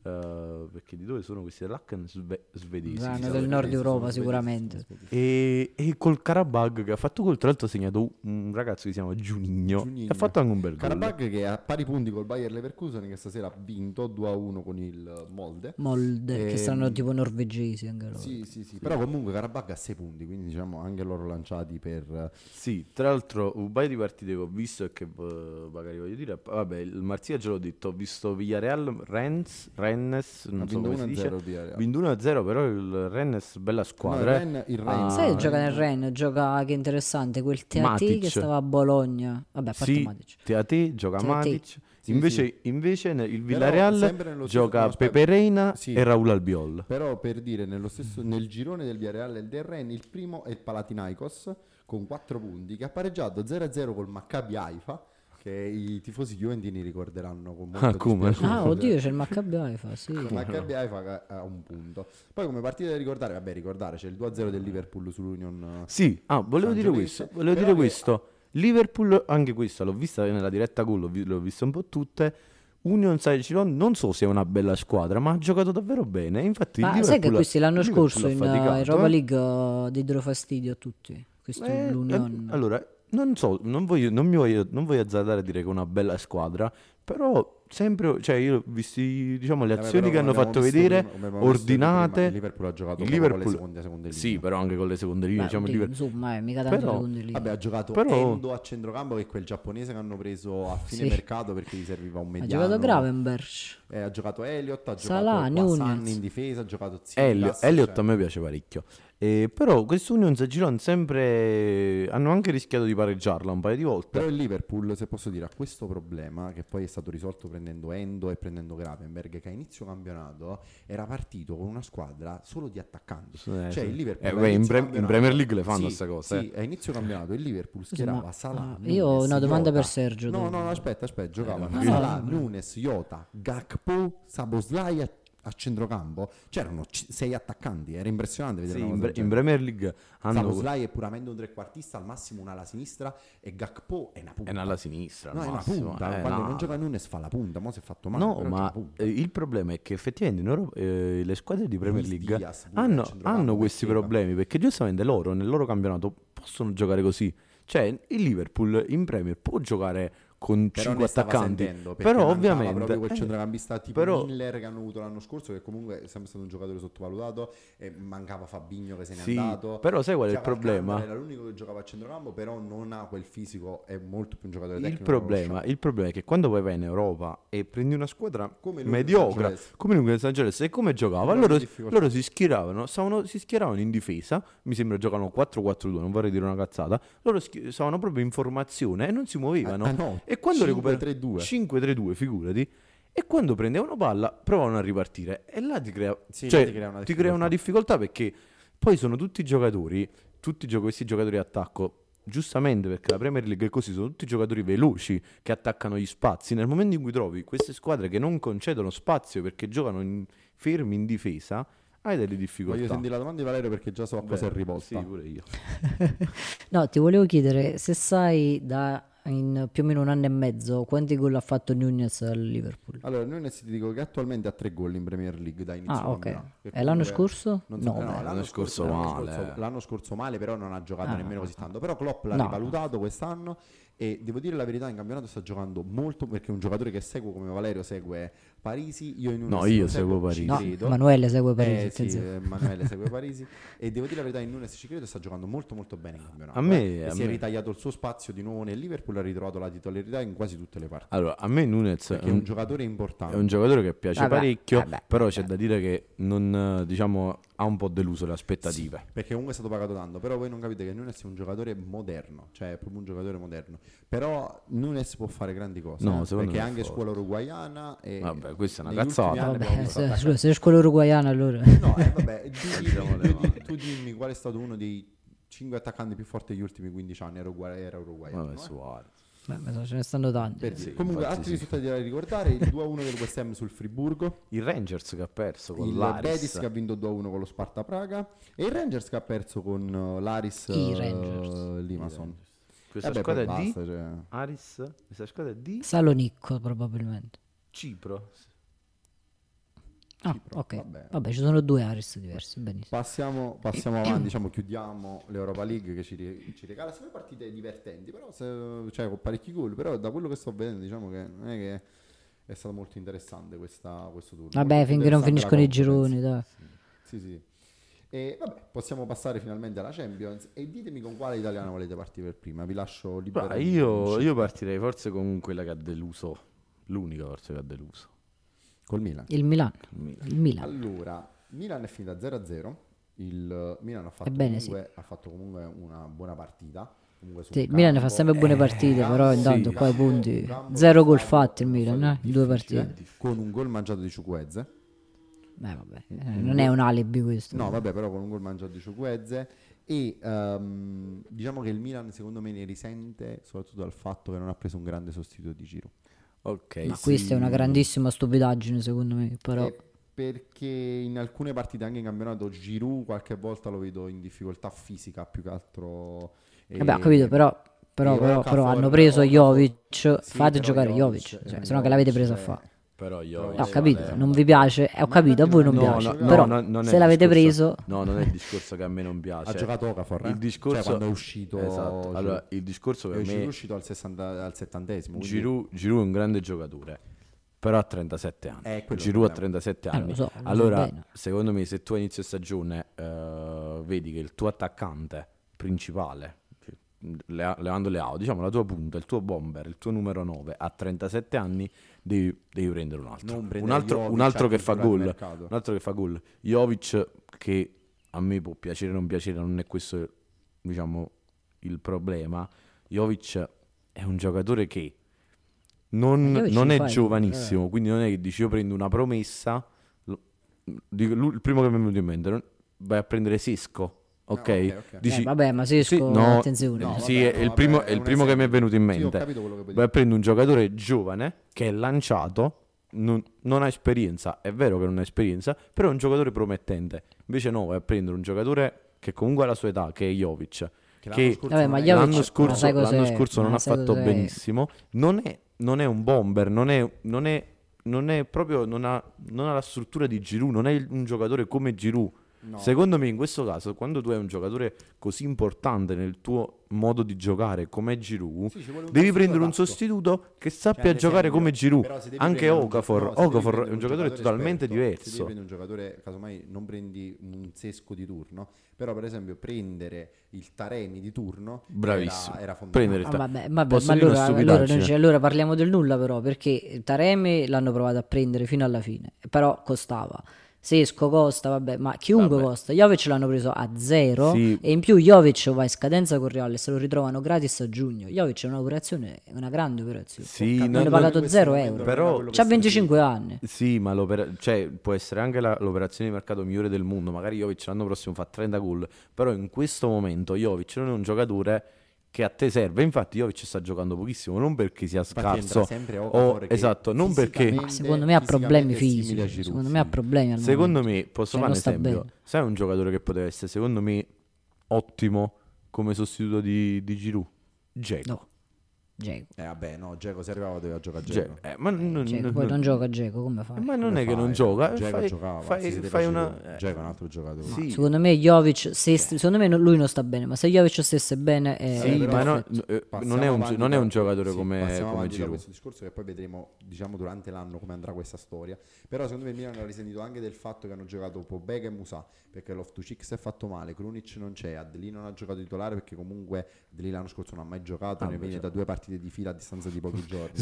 eh, perché di dove sono questi dell'Hacken Sve- svedesi?
Vanno
si
Sì,
sa.
del
sì,
nord
sì, sì,
Europa,
sono
sicuramente.
svedesi, sono
E, e col Karabag che ha fatto gol, tra l'altro ha segnato un ragazzo che si chiama Giunigno,
Giugnigno.
e ha fatto anche un bel gol.
Karabakh che ha pari punti col Bayer Leverkusen che stasera ha vinto 2-1 con il Molde.
Molde, che
Ehm,
saranno tipo norvegesi anche loro.
Sì, sì, sì, Però comunque Karabakh ha 6 punti, quindi diciamo anche loro lanciati per
Sì, tra l'altro un paio di partite che ho visto e che eh, magari voglio dire, vabbè, il Marsiglia ce l'ho detto, ho visto Villarreal, Rennes, Rennes,
ha
non so
vinto
come si dice,
1-0 Villarreal.
vinto 1-0, però il Rennes bella
No, il
squadra. eh.
Ren- il
Ah,
Rennes.
Sai che gioca nel
Rennes.
Ren? Gioca che interessante quel Teati
Matic.
che stava a Bologna. Vabbè, a parte
Sì,
Matic.
Teate gioca
Teate.
Matic,
Sì,
invece, invece ne- il Villarreal
sempre nello stesso- no,
gioca
aspetta.
Pepe Reina
Sì.
e Raul Albiol.
Però per dire, nello stesso, nel girone del Villarreal e del Ren, il primo è il Palatinaikos con 4 punti, che ha pareggiato 0-0 col Maccabi Haifa, che i tifosi juventini ricorderanno con molto
Ah, come?
dispiacere.
[LAUGHS]
Ah, oddio, c'è il Maccabi Haifa, sì.
Il
[LAUGHS]
Maccabi Haifa che ha un punto. Poi come partita da ricordare, vabbè, ricordare, c'è il 2-0 del Liverpool sull'Union.
Sì, ah, volevo
San
dire
Giovese,
questo. Volevo
però
dire
che-
questo. Liverpool, anche questa l'ho vista nella diretta gol, l'ho, vi- l'ho vista un po' tutte. Union San Cilon non so se è una bella squadra, ma ha giocato davvero bene. Infatti, il
Ma Ah, sai che
Liverpool-
questi l'anno
Liverpool
scorso
ha
in,
faticato,
in Europa
eh?
League eh, diedero fastidio a tutti. Questo
Eh,
è l'Union.
eh, Allora, non so, non voglio, non mi voglio, non voglio azzardare a dire che è una bella squadra, però sempre, cioè io ho visto diciamo, le
Vabbè,
azioni
però
che hanno
come
fatto
abbiamo visto
vedere,
prima- come abbiamo visto
ordinate.
prima, il Liverpool ha giocato
il
proprio con le
Liverpool-
seconde- seconde linee.
Sì, però anche con le seconde linee,
Beh,
diciamo, il
oddio,
Liverpool-
insomma, eh, mica tanto
Però-
secondo lì.
Vabbè, ha giocato
Però-
Endo a centrocampo, che è quel giapponese che hanno preso a fine
Sì.
mercato perché gli serviva un
Ha
mediano.
giocato Gravenberg.
Eh, ha giocato Elliott, ha
Salah,
giocato Hassan
Nunez.
in difesa, ha giocato
Elliot,
Zillas
Elliot a me piace parecchio. Eh, però questo Union San Giron sempre hanno anche rischiato di pareggiarla un paio di volte.
Però il Liverpool, se posso dire, ha questo problema che poi è stato risolto prendendo Endo e prendendo Gravenberg, che a inizio campionato era partito con una squadra solo di attaccanti. Cioè
Eh, sì.
il
Eh,
Liverpool...
beh,
a
in,
inizio
Pre- in
campionato-
Premier League le fanno eh.
Sì,
queste cose.
Sì, a inizio campionato il Liverpool
Scusa, ma-
schierava Salah,
ah, io ho
Nunes,
una domanda
Jota.
per Sergio,
No,
dopo.
no, no, aspetta,
Eh,
aspetta, giocavano
no,
Salah,
no.
Nunes, Iota, Gakpo, Saboslai a, a centrocampo. C'erano c- sei attaccanti, era impressionante
Sì,
vedere una
in,
cosa
Pre-
del
in
genere.
Premier League hanno
Szoboszlai è puramente un trequartista, al massimo una alla sinistra e Gakpo è una punta.
è alla sinistra. al
No, è una
massimo,
punta.
eh,
Quando
no.
non gioca Nunes fa la punta, mo si è fatto male.
No,
però gioca
ma
punta.
eh, il problema è che effettivamente in Europa, eh, le squadre di Premier
Luis
League
Diaz pure,
hanno,
centrocampo,
hanno
che
questi
schema.
problemi perché giustamente loro nel loro campionato possono giocare così. Cioè il Liverpool in Premier può giocare con
Però ne
5
stava
attaccanti.
sentendo, perché
Però
mancava
ovviamente
proprio quel
eh,
centrocampista tipo
però-
Miller che hanno avuto l'anno scorso che comunque è sempre stato un giocatore sottovalutato e mancava Fabigno che se n'è
sì,
andato
però sai qual è il
Cavalcante
problema?
Era l'unico che giocava a centrocampo, però non ha quel fisico, è molto più un giocatore
Il
tecnico.
problema, il problema è che quando poi vai in Europa e prendi una squadra
Come l'Unione San
mediocre
Giovese.
come l'Unione San Giovese e come giocava,
Erano in
loro,
difficoltà.
loro si schieravano, stavano- si schieravano in difesa, mi sembra giocano 4-4-2, non vorrei dire una cazzata, loro schi- stavano proprio in formazione e non si muovevano.
Ah, ah, no.
E quando
5-3-2.
recuperavano 5-3-2, figurati. E quando prendevano palla provavano a ripartire e là ti crea,
Sì,
cioè,
là ti crea una
ti crea una
difficoltà.
difficoltà perché poi sono tutti giocatori, tutti gio- questi giocatori attacco, giustamente perché la Premier League è così, sono tutti giocatori veloci che attaccano gli spazi. Nel momento in cui trovi queste squadre che non concedono spazio perché giocano in- fermi in difesa, hai delle difficoltà.
Voglio sentire la domanda di Valerio perché già so a cosa è
Vero,
riposta.
Sì, pure io.
No, ti volevo chiedere se sai da in più o meno un anno e mezzo quanti gol ha fatto Nunez al Liverpool.
Allora, noi ti dico che attualmente ha tre gol in Premier League da inizio
Ah, ok.
campionato. Perché
E l'anno
comunque-
scorso?
Non so-
No,
eh,
beh.
l'anno scorso male. eh.
scorso- l'anno scorso male, però non ha giocato
Ah.
nemmeno così tanto. Però Klopp l'ha
No.
rivalutato quest'anno e devo dire la verità, in campionato sta giocando molto perché è un giocatore che seguo come Valerio segue Parisi, io in un
No, io seguo Parisi.
No,
credo.
Emanuele segue Parisi,
Eh, sì,
attenzione.
eh, Emanuele segue Parisi e devo dire la verità in Nunes ci credo sta giocando molto molto bene in campionato.
A me-
eh. E
a
si è
me-
ritagliato il suo spazio di nuovo nel Liverpool, ha ritrovato la titolarità in quasi tutte le partite.
Allora, a me Nunez
Perché è un giocatore importante.
Mm. È un giocatore che piace
Vabbè,
parecchio,
vabbè,
però
vabbè.
c'è da dire che non, eh, diciamo, ha un po' deluso le aspettative.
Perché comunque è stato pagato tanto. Però voi non capite che Nunes è un giocatore moderno, cioè è proprio un giocatore moderno. Però Nunes può fare grandi cose.
No,
eh,
secondo
perché è
me è
anche
forte.
scuola uruguayana. E
Vabbè, questa è una
negli ultimi
cazzata.
anni abbiamo
Vabbè,
visto
se,
attaccare-
se è scuola uruguayana allora.
No, eh,
[LAUGHS]
vabbè, tu
Alziamo
dimmi,
le
tu di-
mani.
tu dimmi qual è stato uno dei cinque attaccanti più forti degli ultimi 15 anni. Era, Uruguay- era uruguayano.
Vabbè,
eh.
Suarez.
Beh, ma ce ne stanno tanti.
Per
Sì,
dire. Comunque,
infatti
altri
sì.
risultati da ricordare: il 2-1 del West Ham sul Friburgo,
Il Rangers che ha perso con
il
l'Aris.
Betis che ha vinto 2-1 con lo Sparta Praga e il Rangers che ha perso con eh, l'Aris
I
eh,
Rangers.
Limassol.
Questa
Eh beh,
squadra
poi
è di
basta, cioè.
Aris, questa squadra è di
Salonicco probabilmente.
Cipro.
Ah,
Sì, però,
ok.
vabbè.
Vabbè. ci sono due Aris diversi, benissimo.
Passiamo,
[CLEARS THROAT]
passiamo avanti, diciamo, chiudiamo l'Europa League che ci, ri- ci regala sempre partite divertenti, però se- cioè, con parecchi gol, però da quello che sto vedendo diciamo che non è che è stato molto interessante questa, questo turno.
Vabbè,
Molto
finché non
interessante
finiscono i
la conference.
gironi, dai.
Sì, sì. E vabbè, possiamo passare finalmente alla Champions e ditemi con quale italiano volete partire per prima, vi lascio libero.
Beh, io, io partirei forse con quella che ha deluso. L'unica forse che ha deluso.
col Milan.
Il Milan.
Il Milan.
Il Milan.
Allora, Milan è finita 0-0. Il eh, Milan ha fatto,
Ebbene,
comunque, ha fatto comunque una buona partita. Comunque sul
Sì, il Milan fa
campo-
sempre buone partite, però
campo-
intanto
Eh, sì, Eh,
qua i
campo-
punti.
campo-
Zero gol
campo-
fatti il Milan,
campo-
eh, in due
difficile,
partite.
eh, Con un gol mangiato di Ciuquezze.
Beh, vabbè, eh, non è un alibi questo.
No, vabbè, però con un gol mangiato di Ciuquezze. E ehm, diciamo che il Milan, secondo me, ne risente soprattutto dal fatto che non ha preso un grande sostituto di Giro.
Ok.
Ma
sì.
questa è una grandissima stupidaggine, secondo me. Però
Eh, perché in alcune partite anche in campionato Giroud qualche volta lo vedo in difficoltà fisica più che altro. e-
Vabbè, ho capito, però, però,
Sì,
però,
Okafor,
però hanno preso
Okafor.
Jovic,
Sì,
fate
però
giocare Jovic,
eh,
cioè, se no che l'avete preso a
eh,
fare.
Però io...
No,
Eh, ho
sì,
capito,
vabbè.
non vi piace, eh, ho
Ma
capito, a
infatti
voi non
non- no,
piace,
no, no,
però
no,
non è
se
il
l'avete
discorso-
preso,
No, non è il discorso che a me non piace.
Ha giocato Okafor, eh?
Ah, cioè, Il discorso...
Cioè, quando è uscito...
Esatto.
Giroud.
Allora, il discorso per
Eh, Giroud è
me...
uscito al, 60, al 70esimo. quindi-
Giroud, Giroud è un grande giocatore, però ha 37 anni.
Eh, quello
Giroud ha
è il
37
Eh,
anni.
lo so, lo so
allora,
bene.
secondo me, se tu a inizio stagione eh, vedi che il tuo attaccante principale, mm, Le- Leandro Leao, diciamo la tua punta, il tuo bomber, il tuo numero 9 a 37 anni, devi, devi prendere un altro.
Non
un
prendere
altro,
Jovic
un altro
a
che fa
chiusura del
gol.
mercato.
Un altro che fa gol. Jovic, che a me può piacere o non piacere, non è questo diciamo, il problema. Jovic è un giocatore che non,
Ma Eh, Jovic
non
lo
è
fai, eh.
giovanissimo, quindi non è che dici io prendo una promessa, lo- dico, lui- il primo che mi è venuto in mente, non- vai a prendere Sesco, ok?
ok, ok.
eh,
Dici,
vabbè, ma Sesco,
sì, no,
attenzione.
No,
sì,
vabbè,
è, il
vabbè,
primo,
è
è il
un
primo che mi è
esempio.
venuto in
Sì, ho
mente.
capito quello che vuoi
Vai a prendere un giocatore giovane che è lanciato, non, non ha esperienza, è vero che non ha esperienza, però è un giocatore promettente. Invece no, vai a prendere un giocatore che comunque ha la sua età, che è Jovic,
Che
che,
l'anno scorso
Vabbè, ma
non è-
Jovic-
l'anno
ma
scorso,
sai cos'è?
l'anno scorso non
Ma
ha
sai
fatto
cos'è?
benissimo, non è, non è un bomber, non è... non è- non è proprio, non ha, non ha la struttura di Giroud, non è il- un giocatore come Giroud.
No.
Secondo me in questo caso, quando tu hai un giocatore così importante nel tuo modo di giocare come Giroud,
Sì, ci vuole un
devi
sostituto
prendere un
adatto.
sostituto che
Cioè,
sappia
ad
giocare
esempio,
come
però se
Giroud.
devi
Anche
prendere un-
Okafor,
no, se devi
Okafor
prendere
è un giocatore totalmente
esperto, Se devi
diverso.
prendere un giocatore, casomai non prendi un sesco di turno, però per esempio prendere il Taremi di turno
Bravissimo.
era, era fondamentale.
Prendere il
Ah,
ta-
vabbè, vabbè,
Posso
ma
dire una
allora, allora,
stupidaggine?
non c'è- allora parliamo del nulla però perché Taremi l'hanno provato a prendere fino alla fine, però costava. Sesco costa, vabbè, ma chiunque
Vabbè.
costa. Jovic l'hanno preso a zero
Sì.
e in più Jovic va in scadenza con Real e se lo ritrovano gratis a giugno. Jovic è un'operazione, è una grande operazione.
Sì,
Capito?
no,
hanno
no,
pagato
Questo
zero
momento
euro.
non era
Però-
quello che
C'ha
si diceva.
25 anni.
Sì, ma l'opera- cioè, può essere anche la- l'operazione di mercato migliore del mondo. Magari Jovic l'anno prossimo fa 30 gol. Però in questo momento Jovic non è un giocatore che a te serve. Infatti, Jovic sta giocando pochissimo. Non perché sia
Infatti entra
scarso.
sempre
o-
Okafor che
esatto, non perché.
fisicamente-
Ma secondo me ha problemi
fisicamente è simile a
fisici.
Giroud,
Secondo
sì.
me ha problemi al
Secondo
momento.
me, posso
Cioè,
fare
non
un
sta
esempio.
bene.
Sai un giocatore che poteva essere, secondo me, ottimo come sostituto di, di Giroud? Dzeko.
No. Dzeko.
Eh vabbè, no, Geco se arrivava doveva giocare a
Dzeko. Eh, ma non,
Dzeko,
non-
poi non
non-
gioca Geco, come fa?
ma non è che non gioca. eh,
Geco
fai,
giocava,
fai-
si sedeva
fai
Giroud.
una... eh,
Dzeko è un
[LAUGHS]
altro giocatore.
sì.
Secondo me Jovic, se st- secondo me no- lui non sta bene, ma se Jovic stesse bene è
Sì,
Eh, però
ma no-
perfetto.
eh,
Passiamo
non, è un,
avanti
non è
da-
un giocatore
sì,
come,
passiamo
come
avanti da
Giroud.
questo discorso che poi vedremo diciamo durante l'anno come andrà questa storia però secondo me il Milan ha risentito anche del fatto che hanno giocato Pobega e Musà perché Loftus-Cheek si è fatto male Krunic non c'è Adelì non ha giocato titolare perché comunque Adelì l'anno scorso non ha mai giocato
Ah,
ne
beh,
viene da due partite di fila a distanza di
[LAUGHS]
pochi giorni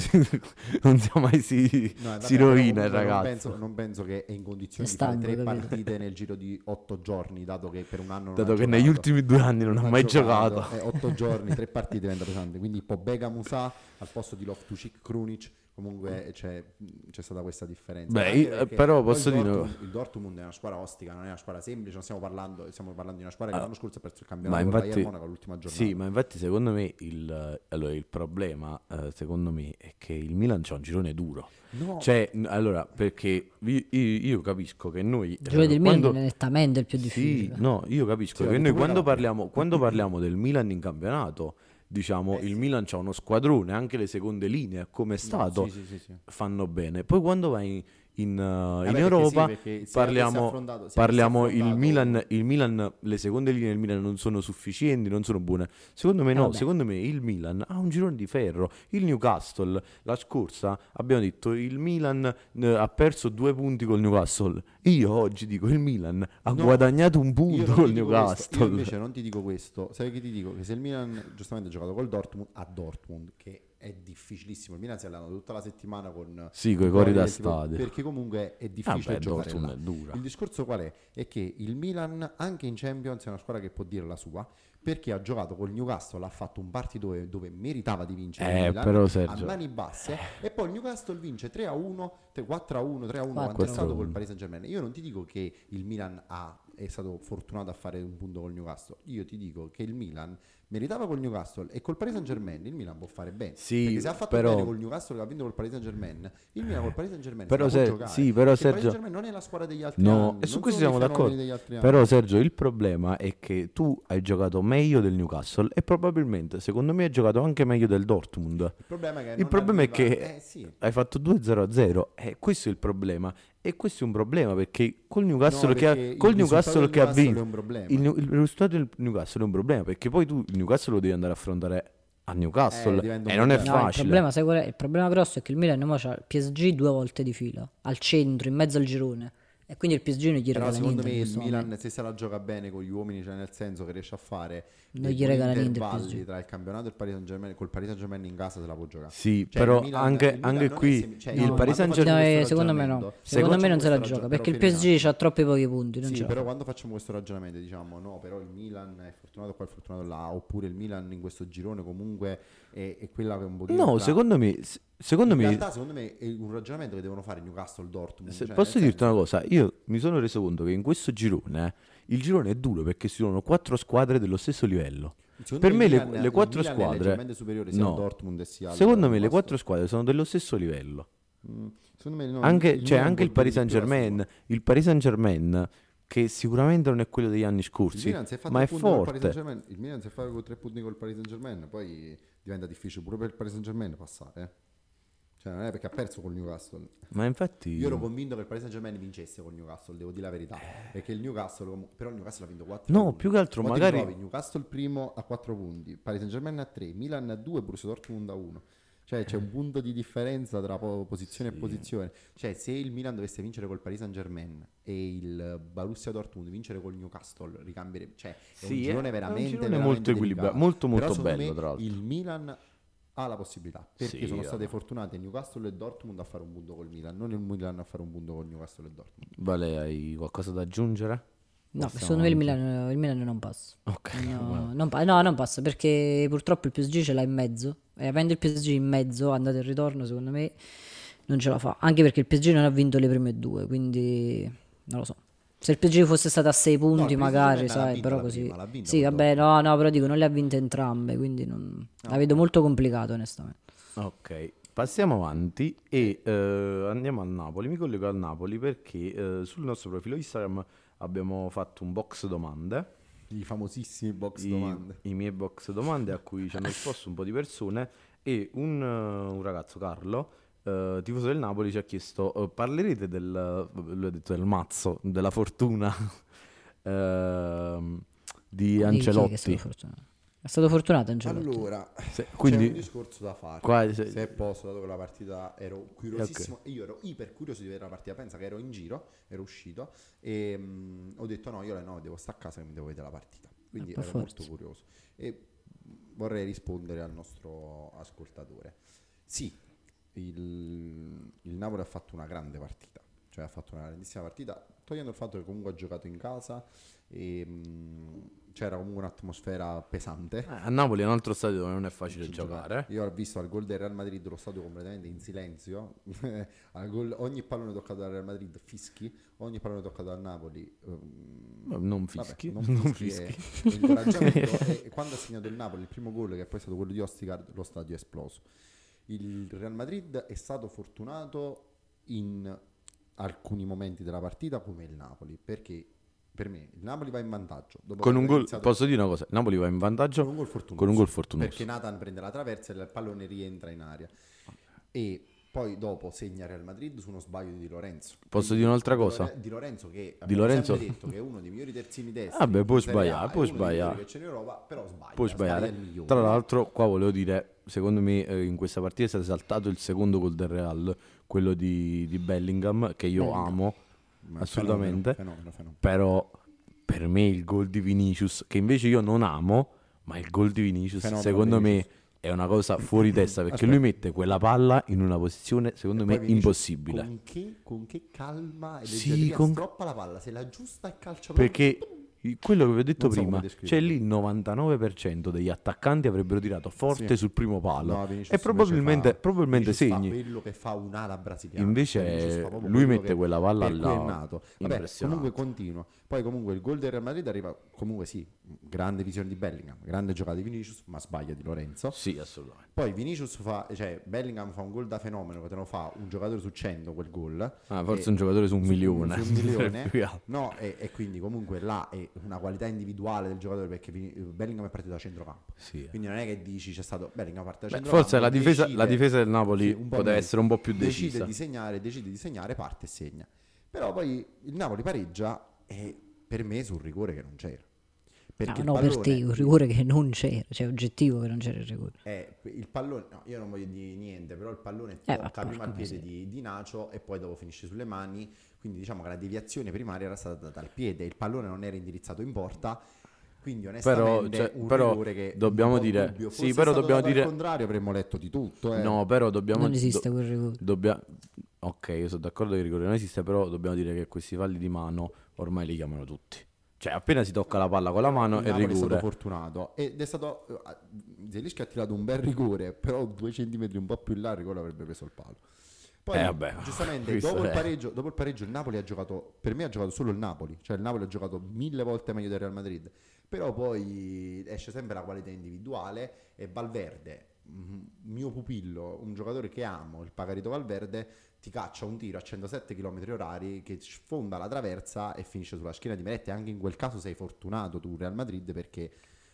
non so mai si,
No, eh, vabbè,
si
però
rovina il
comunque non
ragazzo.
penso, non penso che è in condizioni
È
di
stanco,
fare tre
capito?
partite nel giro di otto giorni dato che per un anno non
Dato
ha
che
giocato
negli ultimi due anni non, ha mai giocato.
eh, otto giorni, tre partite diventa pesante. Quindi Pobega Musà al posto di Loftus-Cheek Krunic. Comunque eh, c'è, c'è stata questa differenza.
Beh,
Anche
io- eh,
perché
però
poi
posso
il
dire-
Dortmund, il Dortmund è una squadra ostica, non è una squadra semplice. Non stiamo parlando, stiamo parlando di una squadra che l'anno scorso ha perso il campionato
Ah, Ma
con
infatti,
Bayern Monaco all'ultima giornata.
sì, ma infatti secondo me il, allora, il problema, eh, secondo me, è che il Milan c'ha un girone duro.
Oh.
No,
Cioè, n- allora, perché vi- io, io capisco che noi...
Il giovedì
eh,
del Milan
quando-
è nettamente il più difficile.
Sì, no, io capisco
Sì,
che
la
noi
Juve
quando
no.
parliamo,
[LAUGHS]
quando parliamo del Milan in campionato, diciamo, il Milan c'ha uno squadrone, anche le seconde linee, come è
no,
stato,
Eh, sì, sì, sì, sì.
fanno bene. Poi quando vai in, in, uh, in
Eh perché sì,
Europa
perché se avesse
parliamo,
affrontato- se avesse
parliamo il,
affrontato-
Milan, il Milan, le seconde linee del Milan non sono sufficienti, non sono buone. Secondo me
Eh,
no,
vabbè.
secondo me il Milan ha un girone di ferro. Il Newcastle, la scorsa abbiamo detto il Milan eh, ha perso due punti col Newcastle. Io oggi dico il Milan ha
No,
guadagnato un
Io
punto
non ti
col
dico questo, Io
Newcastle.
invece non ti dico questo. Sai che ti dico? Che se il Milan giustamente ha giocato col Dortmund a Dortmund, che è difficilissimo. Il Milan si è allenato tutta la settimana con
Sì, coi cori da
del tipo-
stadio.
Perché comunque è difficile
Vabbè,
giocare. là.
Dortmund è dura.
Il discorso qual è? È che il Milan, anche in Champions, è una squadra che può dire la sua. Perché ha giocato col Newcastle, ha fatto un partito dove, dove meritava di vincere. il
Eh,
Milan,
però, Sergio-
a mani basse. E poi il Newcastle vince 3 a 1, 4 a 1, 3 a 1 quanto è
4-1.
stato col Paris Saint Germain. Io non ti dico che il Milan ha- è stato fortunato a fare un punto col Newcastle. Io ti dico che il Milan meritava col Newcastle e col Paris Saint Germain il Milan può fare bene.
Sì,
perché se ha fatto
però-
bene col Newcastle che ha vinto col Paris Saint Germain, il Milan col Paris Saint Germain
Però
se la può
Ser-
giocare.
sì,
Perché
però
il Paris
Sergio-
Saint Germain non è la squadra degli altri anni.
No, e su
Ehm, non
questo
sono
siamo
dei fenomeni
d'accordo.
degli altri anni.
Però Sergio, il problema è che tu hai giocato meglio del Newcastle e probabilmente, secondo me, hai giocato anche meglio del Dortmund.
il problema è che,
Il
non
problema è
arriva-
che
eh, sì.
hai fatto 2-0-0 e questo è il problema. E questo è un problema perché col Newcastle
No,
che ha,
perché il
col
risultato
Newcastle
del
che ha
Newcastle
vinto,
è un problema.
il, New- il risultato del Newcastle è un problema perché poi tu il Newcastle lo devi andare a affrontare a
Eh,
Newcastle
diventa
e
un
non
problema.
è
No, il
facile.
problema, sai qual è? Il problema grosso è che il Milan mo c'ha il PSG due volte di fila, al centro, in mezzo al girone. E quindi il PSG non gli
Però
regala
secondo
niente.
me
in
il
questo
Milan
momento.
se se la gioca bene con gli uomini, cioè nel senso che riesce a fare
Non
dei
gli
buoni
regala niente il
intervalli
PSG.
tra il campionato e il Paris Saint Germain, col Paris Saint Germain in casa se la può giocare.
Sì,
Cioè,
però
il Milan-
anche,
il Milan
anche
non è
qui
sem- cioè,
il
no,
Paris
ma
Saint
quando facciamo
Germain...
No, eh,
questo
secondo me no.
ragionamento-
Secondo me non
questo
se la gioca
ragionamento-
perché il
però finiamo.
PSG ha troppi pochi punti. Non
Sì,
gioca.
però quando facciamo questo ragionamento diciamo no, però il Milan è fortunato qua, è fortunato là, oppure il Milan in questo girone comunque è, è quella che è un po'
No, secondo me... s- Secondo
in
me
realtà secondo me è un ragionamento che devono fare Newcastle Dortmund.
Se
cioè, nel
posso dirti
senso-
una cosa, io mi sono reso conto che in questo girone eh, il girone è duro perché ci sono quattro squadre dello stesso livello.
Secondo
per me le-
il Milan-
le
il
quattro
Milan è
squadre-
leggermente superiore sia
no.
al Dortmund e sia al
Secondo me le
Newcastle.
quattro squadre sono dello stesso livello.
Mm, secondo me no,
Anche,
il
cioè,
Milan
anche il
può
Paris Saint
dire più la
Germain, il Paris Saint Germain che sicuramente non è quello degli anni
sua. Il
scorsi,
Milan si è fatto
ma
tre
è
punti col Paris
forte.
Saint-Germain. Il Milan si è fatto con tre punti col Paris Saint Germain, poi diventa difficile pure per il Paris Saint Germain passare. eh. Cioè, non è perché ha perso col Newcastle.
Ma infatti...
Io ero convinto che il Paris Saint Germain vincesse col Newcastle, devo dire la verità. Perché il Newcastle, com- però il Newcastle ha vinto 4
Eh. No, più che altro magari-
Newcastle primo a 4 punti, Paris Saint Germain a 3, Milan a 2, Borussia Dortmund a 1. Cioè
Eh.
c'è un punto di differenza tra po- posizione e posizione. Cioè se il Milan dovesse vincere col Paris Saint Germain e il Borussia Dortmund vincere col Newcastle, ricambierebbe... Cioè è un
Sì, eh, è- è
girone
un
veramente...
girone
veramente
molto equilibrato,
delicato.
molto, molto
Però, secondo
bello,
me,
tra l'altro.
Il Milan ha la possibilità perché
Sì,
sono
vabbè.
state fortunate Newcastle e Dortmund a fare un punto col Milan non il Milan a fare un punto col Newcastle e Dortmund
Vale, hai qualcosa da aggiungere?
No, secondo me il Milan, il Milan non passa.
Ok.
No, non pa- no, non passa perché purtroppo il PSG ce l'ha in mezzo e avendo il PSG in mezzo, andata e ritorno, secondo me non ce la fa. Anche perché il PSG non ha vinto le prime due, quindi non lo so. Se il PSG fosse stato a 6
il
punti,
PSG
magari,
l'ha
sai,
vinta
però
la
così.
prima, l'ha vinta
sì,
contro-
vabbè, no, no, però dico, non le ha vinte entrambe, quindi non... la vedo molto complicata, onestamente.
Ok, passiamo avanti e eh, andiamo a Napoli. Mi collego al Napoli perché eh, sul nostro profilo Instagram abbiamo fatto un box domande.
i famosissimi box
I,
domande
i miei box domande a cui ci hanno risposto un po' di persone e un, eh, un ragazzo, Carlo, eh, tifoso del Napoli, ci ha chiesto eh, parlerete del, lui ha detto del mazzo, della fortuna [LAUGHS] ehm, di
Di chi è che È
Ancelotti.
stato fortunato, è stato fortunato Ancelotti.
allora
Se-
quindi
quindi-
c'è un discorso da fare
Qua-
se...
Cioè, se-
è posto dato che la partita ero curiosissimo io ero iper curioso di vedere la partita pensa che ero in giro ero uscito e mm, ho detto no io alle 9 devo stare a casa e mi devo vedere la partita quindi
per
ero molto
forza.
curioso e vorrei rispondere al nostro ascoltatore sì il, il Napoli ha fatto una grande partita, cioè ha fatto una grandissima partita, togliendo il fatto che comunque ha giocato in casa e mh, c'era comunque un'atmosfera pesante.
Eh, A Napoli è un altro stadio dove non è facile
Ci
giocare.
Io ho visto al gol del Real Madrid lo stadio completamente in silenzio. [LAUGHS] Al gol- ogni pallone toccato dal Real Madrid fischi, ogni pallone toccato dal Napoli ehm,
Ma Non
Vabbè,
fischi, [LAUGHS]
non
non
fischi,
fischi.
è- è incoraggiamento.
[LAUGHS]
e, e quando ha segnato il Napoli il primo gol, che poi è stato quello di Ostigard, lo stadio è esploso. Il Real Madrid è stato fortunato in alcuni momenti della partita, come il Napoli, perché per me il Napoli va in vantaggio. dopo
Con
aver
un gol,
iniziato-
posso dire una cosa, Napoli va in vantaggio
boh, con un gol fortunoso.
con un gol fortunoso.
Perché Nathan prende la traversa e il pallone rientra in aria. E poi dopo segna Real Madrid su uno sbaglio di Di Lorenzo. Quindi
Posso dire un'altra
Di
cosa?
Lore- Di Lorenzo che
Di
abbiamo
Lorenzo-
sempre detto che è uno dei migliori
[LAUGHS]
terzini destri.
Vabbè, può
in Serie A,
sbagliare,
è
può
uno dei migliori
sbagliare.
Che c'è in Europa, però sbaglia.
Puoi
sbaglia
sbagliare.
il migliore.
Tra l'altro, qua volevo dire, secondo me eh, in questa partita è stato saltato il secondo gol del Real, quello di, di Bellingham, che io
Bellingham.
amo
Ma
assolutamente.
Fenomeno, fenomeno, fenomeno.
Però per me il gol di Vinicius, che invece io non amo, ma il gol di Vinicius
Fenomeno
secondo
Vinicius.
me è una cosa fuori testa perché lui mette quella palla in una posizione secondo
E
me
poi Vinicius
impossibile.
Con che, con che calma e
Sì,
leggeria
con-
stroppa la palla, se la giusta e calcia proprio-
Perché i- quello che vi ho detto
Non so
prima,
come
cioè
descriverlo.
lì il 99% degli attaccanti avrebbero tirato forte
Sì.
sul primo palo
No, Vinicius
e probabilmente,
invece fa-
probabilmente
Vinicius fa
segni.
quello che fa un'ala brasiliana.
Invece,
Vinicius fa proprio
lui
quello
mette
che-
quella palla
per cui
là.
è nato. Vabbè,
Impressionante.
comunque continua. Poi comunque il gol del Real Madrid arriva comunque sì, grande visione di Bellingham, grande giocata di Vinicius, ma sbaglia di Lorenzo.
Sì, assolutamente.
Poi Vinicius fa, cioè Bellingham fa un gol da fenomeno, che te lo fa un giocatore su 100 quel gol.
Ah, forse
E-
un giocatore su un
Eh, su-
milione.
su un milione.
[LAUGHS] Più che altro.
No, e, e quindi comunque là è una qualità individuale del giocatore perché Vin- Bellingham è partito da centrocampo.
Sì, eh.
Quindi non è che dici c'è stato Bellingham parte da
Beh,
centrocampo.
forse la difesa,
decide-
la difesa del Napoli
sì, un po'
poteva
meglio.
essere un po' più
decide
decisa.
di segnare, decide di segnare, parte e segna. Però poi il Napoli pareggia e per me sul rigore che non c'era. Perché
Ah, no, no,
il
per te,
pallone-
un rigore che non c'era, cioè oggettivo che non c'era il rigore.
eh, il pallone, no, io non voglio dire niente, però il pallone
Eh,
tocca
ma
prima il
porca
piede
miseria.
di, di Nacio e poi dopo finisce sulle mani, quindi diciamo che la deviazione primaria era stata data dal piede, il pallone non era indirizzato in porta, quindi
Però,
onestamente
cioè,
un
però
rigore che
dobbiamo
un po'
dire,
dubbio. Fosse
sì, però
stato
dobbiamo
dato al
dire,
contrario avremmo letto di tutto, eh.
no, però dobbiamo,
non esiste
do-
quel rigore.
dobbia- ok, io sono d'accordo che il rigore non esiste, però dobbiamo dire che questi falli di mano ormai li chiamano tutti. Cioè, appena si tocca la palla con la mano
Eh, Il
è
Napoli è stato
rigore.
fortunato ed è stato eh, Zelischi ha tirato un bel rigore, però due centimetri un po' più in là il rigore avrebbe preso il palo. Poi,
Eh, vabbè,
giustamente,
questo
dopo il,
è.
pareggio, dopo il pareggio il Napoli ha giocato, per me ha giocato solo il Napoli, cioè il Napoli ha giocato mille volte meglio del Real Madrid, però poi esce sempre la qualità individuale e Valverde, mm, mio pupillo, un giocatore che amo, il Pagarito Valverde, ti caccia un tiro a 107 km orari che sfonda la traversa e finisce sulla schiena di Meretti. Anche in quel caso sei fortunato tu, Real Madrid, perché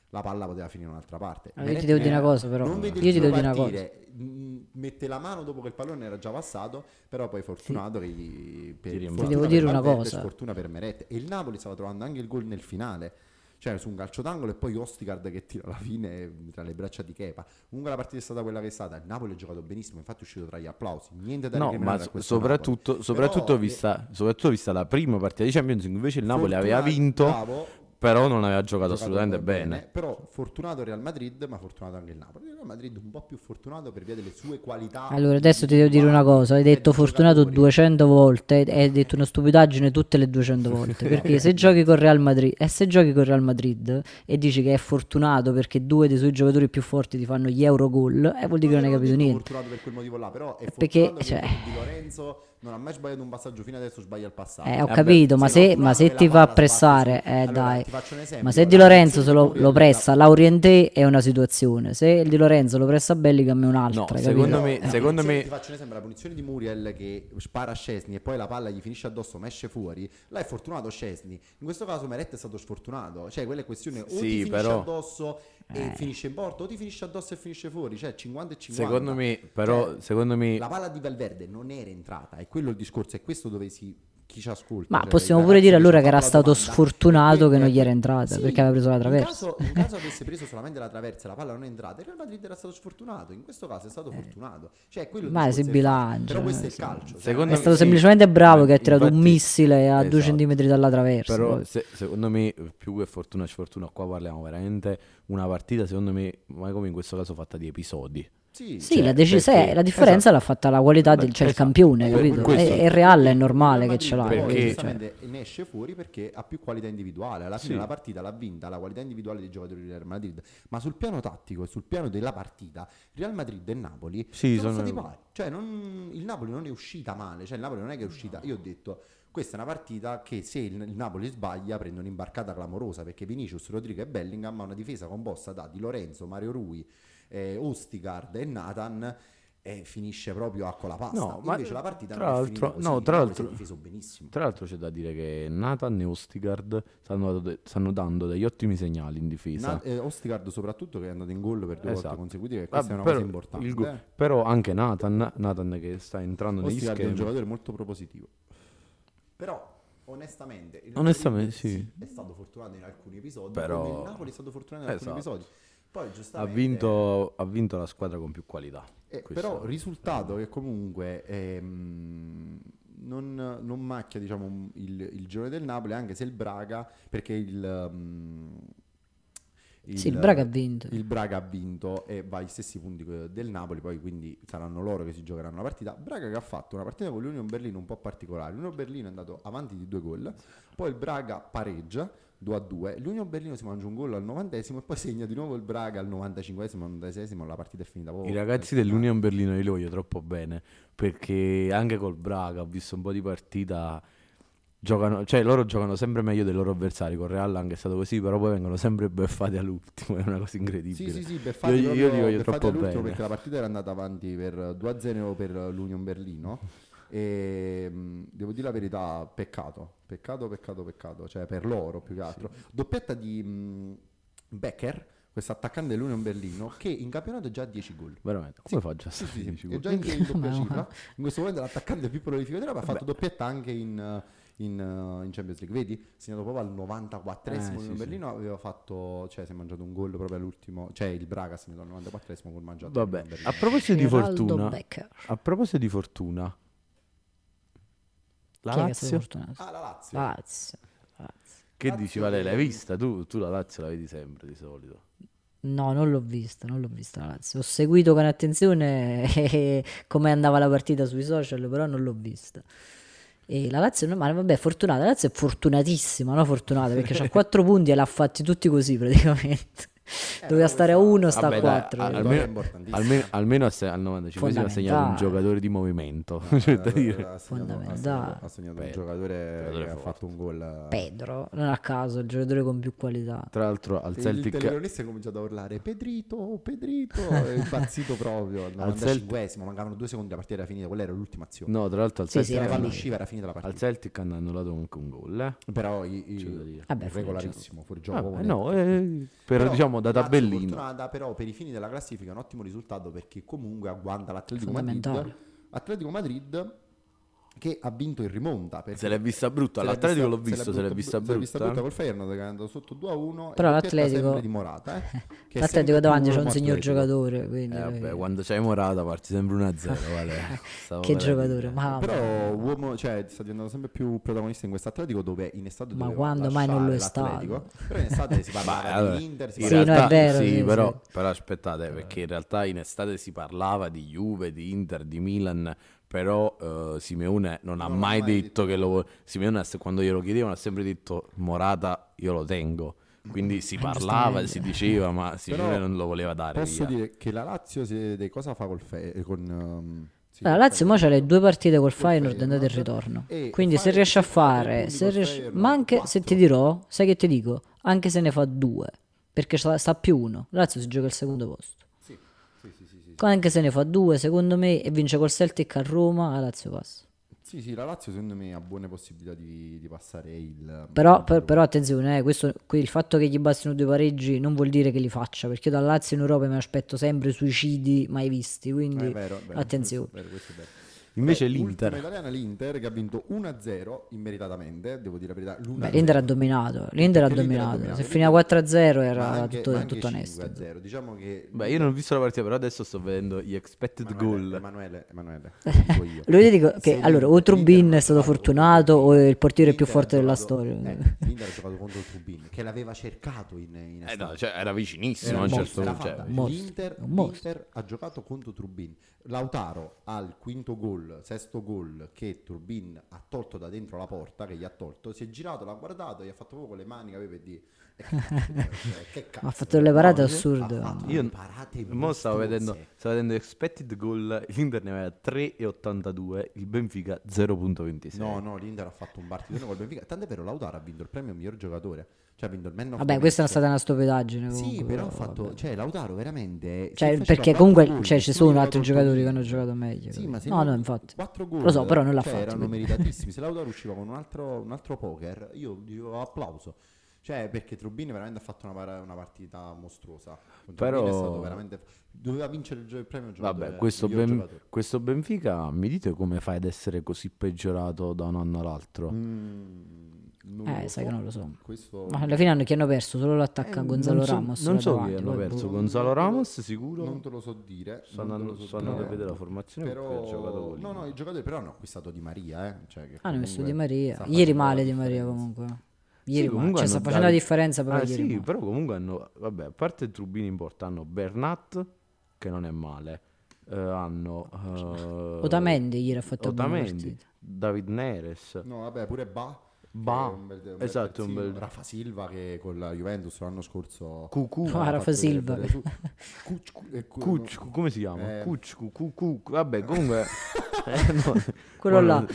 la palla poteva finire in un'altra parte.
Allora, io ti devo dire una cosa, però.
Non vede
Io
il
ti
tiro
devo dire una
partire, mh, mette la mano dopo che il pallone era già passato, però poi fortunato che gli per
Ti devo
fortuna
dire
per
una
Valverde,
cosa.
Per sfortuna per Meret e il Napoli stava trovando anche il gol nel finale. Cioè su un calcio d'angolo e poi Ostigard che tira alla fine tra le braccia di Kepa. Comunque la partita è stata quella che è stata. Il Napoli ha giocato benissimo, infatti è uscito tra gli applausi. Niente da
No,
recriminare
ma
a
so-
questo
soprattutto,
Napoli.
soprattutto,
Però,
vista, soprattutto vista la prima partita di Champions in cui invece il Napoli
Fortunato,
aveva vinto,
bravo,
però non aveva
giocato
giocato, assolutamente
un po'
bene.
Però fortunato Real Madrid, ma fortunato anche il Napoli. Il Real Madrid un po' più fortunato per via delle sue qualità.
Allora, adesso ti devo dire una cosa. Hai
e dei
detto fortunato
giocatori.
200 volte e hai detto una stupidaggine tutte le
[LAUGHS]
200 volte. Perché se giochi con Real Madrid e se giochi con Real Madrid e dici che è fortunato perché due dei suoi giocatori più forti ti fanno gli euro gol, eh, vuol dire che non
ho
hai capito
detto
niente.
fortunato per quel motivo là, però è
Perché,
fortunato
cioè-
che Di Lorenzo non ha mai sbagliato un passaggio fino adesso sbaglia il passaggio.
Eh, ho
Vabbè,
capito, ma
sì, no,
se,
no,
ma se
quella
ti fa
palla
pressare,
sbatte,
eh,
sì. Allora,
dai.
ti faccio un esempio, eh,
Ma se Di
la
Lorenzo
reazione di
se lo,
Muriel
lo
da-
pressa Laurienté è una situazione, se Di Lorenzo lo pressa Bellingham è un'altra.
No,
hai
secondo
capito? Eh,
me-
Però,
secondo
se
me-
Ti faccio un esempio, la punizione di Muriel che spara a Scesni e poi la palla gli finisce addosso ma esce fuori, là è fortunato Scesni. In questo caso Meret è stato sfortunato, cioè quella è questione o
Sì,
ti finisce
però-
addosso e
Eh.
finisce in porta o ti finisce addosso e finisce fuori, cioè 50 e 50.
Secondo me, però,
Cioè,
secondo me,
la palla di Valverde non era entrata, è quello il discorso, è questo dove si chi ci ascolta.
Ma
cioè,
possiamo
il
pure
ragazzo
dire
ci
allora
ha
che era
fatto la
stato
domanda,
sfortunato
perché-
che non gli era entrata,
Sì,
perché aveva preso la traversa.
In caso, in caso avesse preso solamente la traversa, la palla non è entrata, il Real Madrid era stato sfortunato, in questo caso è stato fortunato. Cioè, quello il
Ma
discorso
si
è facile.
Eh. bilancia,
Però questo è il
sì.
calcio. cioè,
Secondo
È
non
stato
Sì,
semplicemente bravo che ha tirato un
infatti-
missile a due
esatto.
centimetri dalla traversa.
però
poi.
se- secondo me più che fortuna e sfortuna qua parliamo veramente una partita secondo me, ma come in questo caso fatta di episodi.
Sì,
Sì,
cioè,
la, deci-
perché-
se- la differenza
esatto.
l'ha fatta la qualità del
Beh,
cioè il
esatto.
campione,
Per
capito?
questo-
È, è reale, è normale che ce l'ha.
Perché
Perché-
cioè.
giustamente ne esce fuori perché ha più qualità individuale. Alla fine
Sì.
la partita l'ha vinta la qualità individuale dei giocatori del Real Madrid. Ma sul piano tattico e sul piano della partita, Real Madrid e Napoli
Sì,
sono,
sono-
stati pari. Cioè, non- il Napoli non è uscita male. Cioè, il Napoli non è che è uscita. Io ho detto. Questa è una partita che se il il Napoli sbaglia prende un'imbarcata clamorosa perché Vinicius, Rodrigo e Bellingham ha una difesa composta da Di Lorenzo, Mario Rui, eh, Ostigard e Nathan e finisce proprio a colapasta.
No, ma-
Invece la partita
tra
non è
l'altro-
finita così,
no,
il
tra
Napoli si è
l'altro-
difeso benissimo.
Tra l'altro c'è da dire che Nathan e Ostigard stanno, stanno dando degli ottimi segnali in difesa.
Na- eh, Ostigard soprattutto che è andato in gol per due volte
Esatto.
consecutive e
Vabbè,
eh, questa è una
però
cosa importante.
il go-
eh.
Però anche Nathan, Nathan che sta entrando negli
Ostigard è un
schemi.
giocatore molto propositivo. Però onestamente il
Onestamente,
Napoli,
sì.
è stato fortunato in alcuni episodi,
Però-
come il Napoli è stato fortunato in alcuni
Esatto.
episodi. Poi
Ha
giustamente
vinto, ha vinto la squadra con più qualità.
Eh,
Questo-
però risultato che comunque ehm, non, non macchia diciamo, il, il girone del Napoli, anche se il Braga, perché il... mm,
Sì, il Braga ha vinto.
Il Braga ha vinto e va ai stessi punti que- del Napoli, poi quindi saranno loro che si giocheranno la partita. Braga che ha fatto una partita con l'Union Berlino un po' particolare. L'Union Berlino è andato avanti di due gol, poi il Braga pareggia 2 a 2. L'Union Berlino si mangia un gol al 90 e poi segna di nuovo il Braga al 95esimo, al 96esimo, la partita è finita poco.
I ragazzi dell'Union Berlino io li voglio troppo bene perché anche col Braga ho visto un po' di partita. Giocano, cioè loro giocano sempre meglio dei loro avversari. Con Real anche è stato così, però poi vengono sempre beffati all'ultimo. [LAUGHS] È una cosa incredibile.
Sì, sì, sì, Beffati
Io- io
proprio-
li voglio
Beffati
troppo
all'ultimo
bene.
perché la partita era andata avanti per 2-0 per l'Union Berlino e mh, devo dire la verità, peccato, peccato, peccato, peccato, cioè per loro più che altro. Doppietta di mh, Becker, questo attaccante dell'Union Berlino, che in campionato è già a 10 gol.
Veramente, come faccio a
Sì,
stare
sì, sì,
dieci
è
gol?
già in, in doppia
Ma-
cifra. In questo momento l'attaccante più prolifico d'Europa ha fatto doppietta anche in, eh, in, eh, in Champions League. Vedi? Segnato proprio al 94esimo. il
Eh, sì,
Berlino aveva fatto, cioè, si è mangiato un gol proprio all'ultimo. Cioè, il Braga ha segnato al 94esimo col mangiato.
Vabbè,
del Berlino.
a proposito di
Geraldo
fortuna,
Becker.
a proposito di fortuna, la
Chi è che è stato
Lazio,
fortunato?
Ah, la Lazio.
Lazio. Lazio.
che
Lazio
dici, Vale, l'hai
che-
vista tu? Tu la Lazio la vedi sempre di solito.
No, non l'ho vista, non l'ho vista la Lazio. Ho seguito con attenzione [LAUGHS] come andava la partita sui social, però non l'ho vista. E la Lazio, no, ma vabbè, fortunata. La Lazio è fortunatissima, no? Fortunata perché ha 4 punti e l'ha fatti tutti così praticamente. Doveva
ma
stare a
questa-
1, sta
Vabbè,
a
dai,
4.
al-
Vittoria è
almeno,
importantissima.
almeno, almeno a se- al 95 ha segnato un
Fondamentale.
giocatore di movimento.
Eh,
[LAUGHS] cioè, da dire.
ha segnato- ha segnato,
Fondamentale.
ha segnato un
Beh,
giocatore
giocatore
che ha
forte.
fatto un gol. eh.
Pedro, non a caso, il giocatore con più qualità.
Tra l'altro al
E Il
Celtic
telecronista ha cominciato a urlare Pedrito, Pedrito, è impazzito proprio al
Al Celtic-
95esimo, mancavano due secondi, la partita era finita, quella era l'ultima azione.
No, tra l'altro al,
Sì, sì,
la
Celtic,
era
palla
finita.
usciva, era finita la
al
partita.
Celtic hanno annullato anche un gol. eh.
Però i, i-
C'è da dire.
Vabbè, fuori
regolarissimo, fuori gioco.
Vabbè,
netto.
no, eh, per
Però-
diciamo diciamo da tabellino.
Contrada, però per i fini della classifica è un ottimo risultato perché comunque agguanta l'Atletico Madrid.
Fondamentale.
Atletico Madrid che ha vinto in rimonta. perché
Se l'è vista brutta,
se l'è
all'Atletico l'ho
vista-
visto, se l'è vista
Se l'è vista brutta
brutta. eh.
col Feyenoord che è andato sotto 2 a 1.
Però l'Atletico-
Sempre di Morata, eh, che è sempre
L'Atletico
più
davanti c'è
uno
un
morto
signor
Atletico.
giocatore, quindi
Eh, vabbè,
eh,
quando c'hai Morata parti sempre 1-0, vale.
[LAUGHS]
Stavo
che
per
giocatore,
dire.
mamma.
Però uomo, cioè, sta diventando sempre più protagonista in quest'Atletico dove in estate
Ma
doveva
quando mai non lo è
lasciare l'Atletico. Però in estate si
[LAUGHS] Ma,
parlava
allora,
dell'Inter, si
in
Sì, no, è
parlava
realtà-
vero,
sì,
sì,
però,
sì.
però aspettate, perché in realtà in estate si parlava di Juve, di Inter, di Milan, però eh, Simeone non ha
Non l'ha
mai,
mai
detto, che lo vuole. Simeone ha se- quando glielo chiedevano ha sempre detto Morata io lo tengo. Quindi si parlava, si diceva, ma Simeone
Eh, Però
non lo voleva dare
Posso
via.
dire che la Lazio si vede cosa fa col Fe- con ehm, sì,
la
col
Lazio mo
Feyenoord.
c'ha le due partite col
Col
Feyenoord andate e
Feyenoord.
ritorno.
E
Quindi se
Feyenoord
riesce a
fa tre
fare,
punti
se
col
riesce-
Feyenoord,
ma anche se ti
quattro.
dirò, sai che ti dico? Anche se ne fa due, perché sta, sta più uno. La Lazio si gioca il secondo posto.
Sì, sì, sì, sì, sì.
Anche se ne fa due, secondo me, e vince col Celtic a Roma, la Lazio passa.
Sì, sì, la Lazio secondo me ha buone possibilità di, di passare il... mm,
Però,
il
per-
girone.
però attenzione, eh, questo- qui il fatto che gli bastino due pareggi non vuol dire che li faccia, perché io dal Lazio in Europa mi aspetto sempre suicidi mai visti,
Eh,
quindi
è vero, è vero,
attenzione.
questo è vero, questo è vero.
Invece
Vabbè,
l'Inter,
ultima italiana è l'Inter che ha vinto 1-0 immeritatamente, devo dire la verità. l'uno
Beh,
a
l'Inter ha
zero.
dominato, l'Inter ha
Perché l'Inter ha
dominato,
dominato.
se finiva 4-0
Ma
era
anche-
tutto,
ma anche
tutto onesto.
5-0. Diciamo che...
beh, io non ho visto la partita, però adesso sto vedendo gli expected
Emanuele,
goal.
Emanuele,
[LAUGHS]
Emanuele, dico io.
Lui ti dico
Se
che allora o
l'Inter- l'Inter
Trubin
non ha
è stato
giocato
fortunato
contro
o
il
il portiere più
L'Inter ha
forte della
giocato-
storia.
eh, L'Inter ha giocato contro il Trubin che l'aveva cercato in, in
Eh,
estate.
no, cioè, era
Era
vicinissimo
un
a un
mostro,
certo
era
punto.
fatta.
cioè,
Un mostro,
L'Inter,
un mostro.
l'Inter ha giocato contro Turbin. Lautaro al quinto gol, sesto gol che Turbin ha tolto da dentro la porta, che gli ha tolto, si è girato, l'ha guardato, gli ha fatto proprio con le mani che aveva e di...
[LAUGHS]
e cazzo, cioè, che cazzo,
Ha fatto delle parate
no?
assurde.
Ha fatto
Io-
delle parate
Mo stavo
mostruose.
vedendo, stavo vedendo expected goal, l'Inter ne aveva 3,82, il Benfica 0,26.
No, no, l'Inter ha fatto un partitone col Benfica. Tant'è vero, Lautaro ha vinto il premio miglior giocatore. Cioè ha vinto il man of the
Vabbè, questa è
match.
stata una stupidaggine.
Sì,
comunque,
però ha fatto.
vabbè.
Cioè, Lautaro veramente. se
Cioè,
faceva
perché
quattro
comunque
gol,
cioè, ci
nessuno
sono
gli
altri
dava
giocatori che
contro
hanno
di-
giocato meglio.
Sì, ma se
no, no, infatti.
4 gol.
Lo so, però non l'ha
cioè,
fatto,
Erano
quindi.
meritatissimi. Se Lautaro usciva con un altro, un altro poker, io dicevo applauso. Cioè, perché Trubin veramente ha fatto una, par- una partita mostruosa. Trubin
Però-
è stato veramente. Doveva vincere il, gio- il premio giocatore.
Vabbè, questo,
miglior
Ben-
giocatore.
questo Benfica, mi dite come fai ad essere così peggiorato da un anno all'altro?
Mm, non
Eh,
lo
sai che non lo so.
Questo.
Ma alla fine hanno, chi hanno perso solo l'attacco a
Eh,
Gonzalo
non so-
Ramos.
Non
là
so
davanti,
chi hanno
poi,
perso,
boh.
Gonzalo Ramos sicuro?
Non te lo so dire.
Sto
non te
andando,
lo so
sto
dire.
andando a vedere la formazione perché ha giocato
Però,
con
no, no,
l'Inter.
i giocatori però hanno acquistato Di Maria. Eh? Cioè, che
Ah, Hanno messo Di
comunque
Maria.
sta
Ieri
facendo la
male Di Maria
differenza.
comunque. Ieri
Sì,
male.
comunque
Cioè,
hanno
sta
dato-
facendo la differenza però
Ah,
ieri
sì,
male.
però comunque hanno, vabbè, a parte Trubini importante, hanno Bernat, che non è male, eh, hanno... eh,
Otamendi ieri ha fatto una buona
Otamendi,
partita.
David Neres,
No, vabbè, pure Ba. che
Ba,
è un bel- un bel
esatto, un
terzino.
bel-
Rafa Silva che con la Juventus l'anno scorso.
Cucù,
ha
Ah, Rafa
fatto
Silva.
vedere
[LAUGHS]
su- Cucciu- eh, cu-
Cucciu, come si chiama?
Eh.
Cucciu, Cucù,
[LAUGHS]
vabbè, comunque... eh, no,
Quello
no,
là.
no,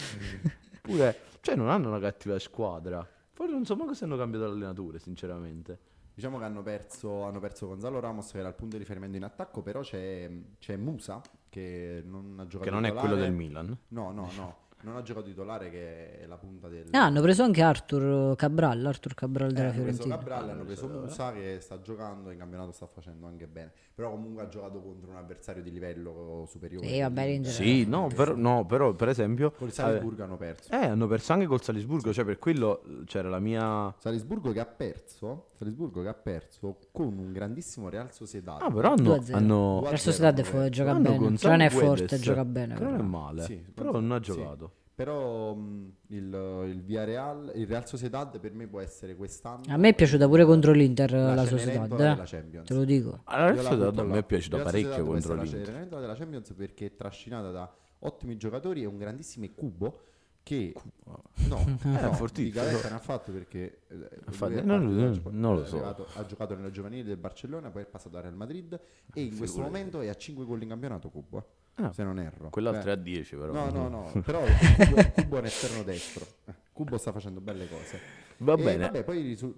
Pure, cioè non hanno una cattiva squadra. Forse non so manco se hanno cambiato l'allenatore, sinceramente.
Diciamo che hanno perso, hanno perso Gonzalo Ramos, che era il punto di riferimento in attacco. Però c'è, c'è Musa che non ha giocato
Che non è
titolare.
quello del Milan.
No, no, no. Non ha giocato titolare, che è la punta del.
Ah, hanno preso anche Arthur Cabral, Arthur Cabral
Eh,
della
hanno preso
Fiorentina.
Cabral, hanno preso
Allora.
Musa che sta giocando in campionato sta facendo anche bene, però comunque ha giocato contro un avversario di livello superiore.
Sì, vabbè, l'Inter-
Sì, no, però, no, però per esempio...
Eh. Col Salisburgo hanno perso.
Eh, hanno perso anche col Salisburgo, cioè per quello eh, c'era la mia...
Salisburgo che ha perso, Salisburgo che ha perso con un grandissimo Real Sociedad.
Ah, però hanno...
2-0.
hanno...
Due-
La società
hanno preso.
gioca
hanno
bene.
Gonzalo
Cioè, non è
Guedes,
forte, gioca bene.
Che non è
però.
male,
Sì,
però non ha
sì.
giocato.
Però mh, il, il Villarreal, il Real Sociedad per me può essere quest'anno
A me è piaciuta pure contro l'Inter
la
la,
Cenerentola
società, eh.
della Champions.
te lo dico.
Allora,
Io
adesso
la butto
a me
là.
è piaciuto
Io la
parecchio
società
contro
doveva essere
l'Inter.
La Cenerentola della Champions perché è trascinata da ottimi giocatori e un grandissimo Cubo che
[LAUGHS]
no, no,
Eh, fortissimo.
di Gavetta ne ha fatto perché eh, lui è
fatto-
partito
non-
dal
non-
Gio-
non lo
è
so.
arrivato- ha giocato nella giovanile del Barcellona poi è passato al Real Madrid e in questo momento è a 5 gol in campionato Cubo eh,
Ah.
se non erro
Quell'altro
Beh,
è a 10 però.
no no
[LAUGHS]
no però Cubo, Cubo è un esterno destro Cubo sta facendo belle cose
Va
E
bene.
vabbè poi risu-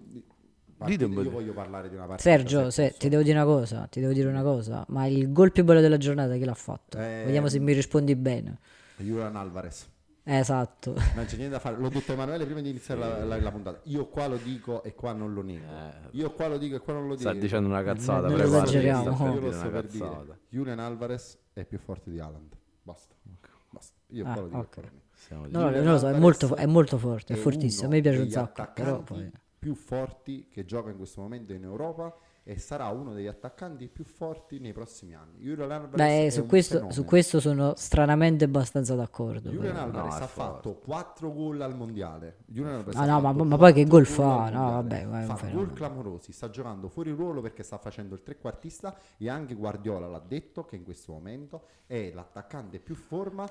Dite un po'
io
di-
voglio parlare di una partita
Sergio,
se
se-
posso.
ti devo dire una cosa, ti devo dire una cosa, ma il gol più bello della giornata chi l'ha fatto?
Eh,
Vediamo se mi rispondi bene.
Julian Alvarez
Esatto. [LAUGHS]
Non c'è niente da fare, l'ho detto a Emanuele prima di iniziare la, la- la puntata. Io qua lo dico e qua non lo nego.
Eh,
Io qua lo dico e qua non lo dico.
sta dicendo una cazzata,
non
però guarda,
esageriamo.
sta
Io
per
lo
dire
sto
una
per dire.
cazzata.
Julian Alvarez è più forte di Haaland. Basta. Basta. Io
Ah,
qua lo dico. e
ok.
qua lo nego.
Stiamo
No, no,
Julian
non lo so, è
Alvarez
molto, è molto forte, è
uno
fortissimo. A me piace un
degli
sacco. Però
attaccanti
poi-
più forti che gioca in questo momento in Europa e sarà uno degli attaccanti più forti nei prossimi anni. Julian Alvarez
Beh,
è
su
un
questo,
fenomeno.
su questo sono stranamente abbastanza d'accordo.
Julian
però.
Alvarez
No, è
ha fatto 4 gol al mondiale. Julian Alvarez
Ah,
ha
no,
fatto
ma- ma poi
quattro
che gol
gol
fa?
al
No,
mondiale.
vabbè, ma è un
fa
fenomeno.
gol clamorosi. Sta giocando fuori ruolo perché sta facendo il trequartista. E anche Guardiola l'ha detto che in questo momento è l'attaccante più forma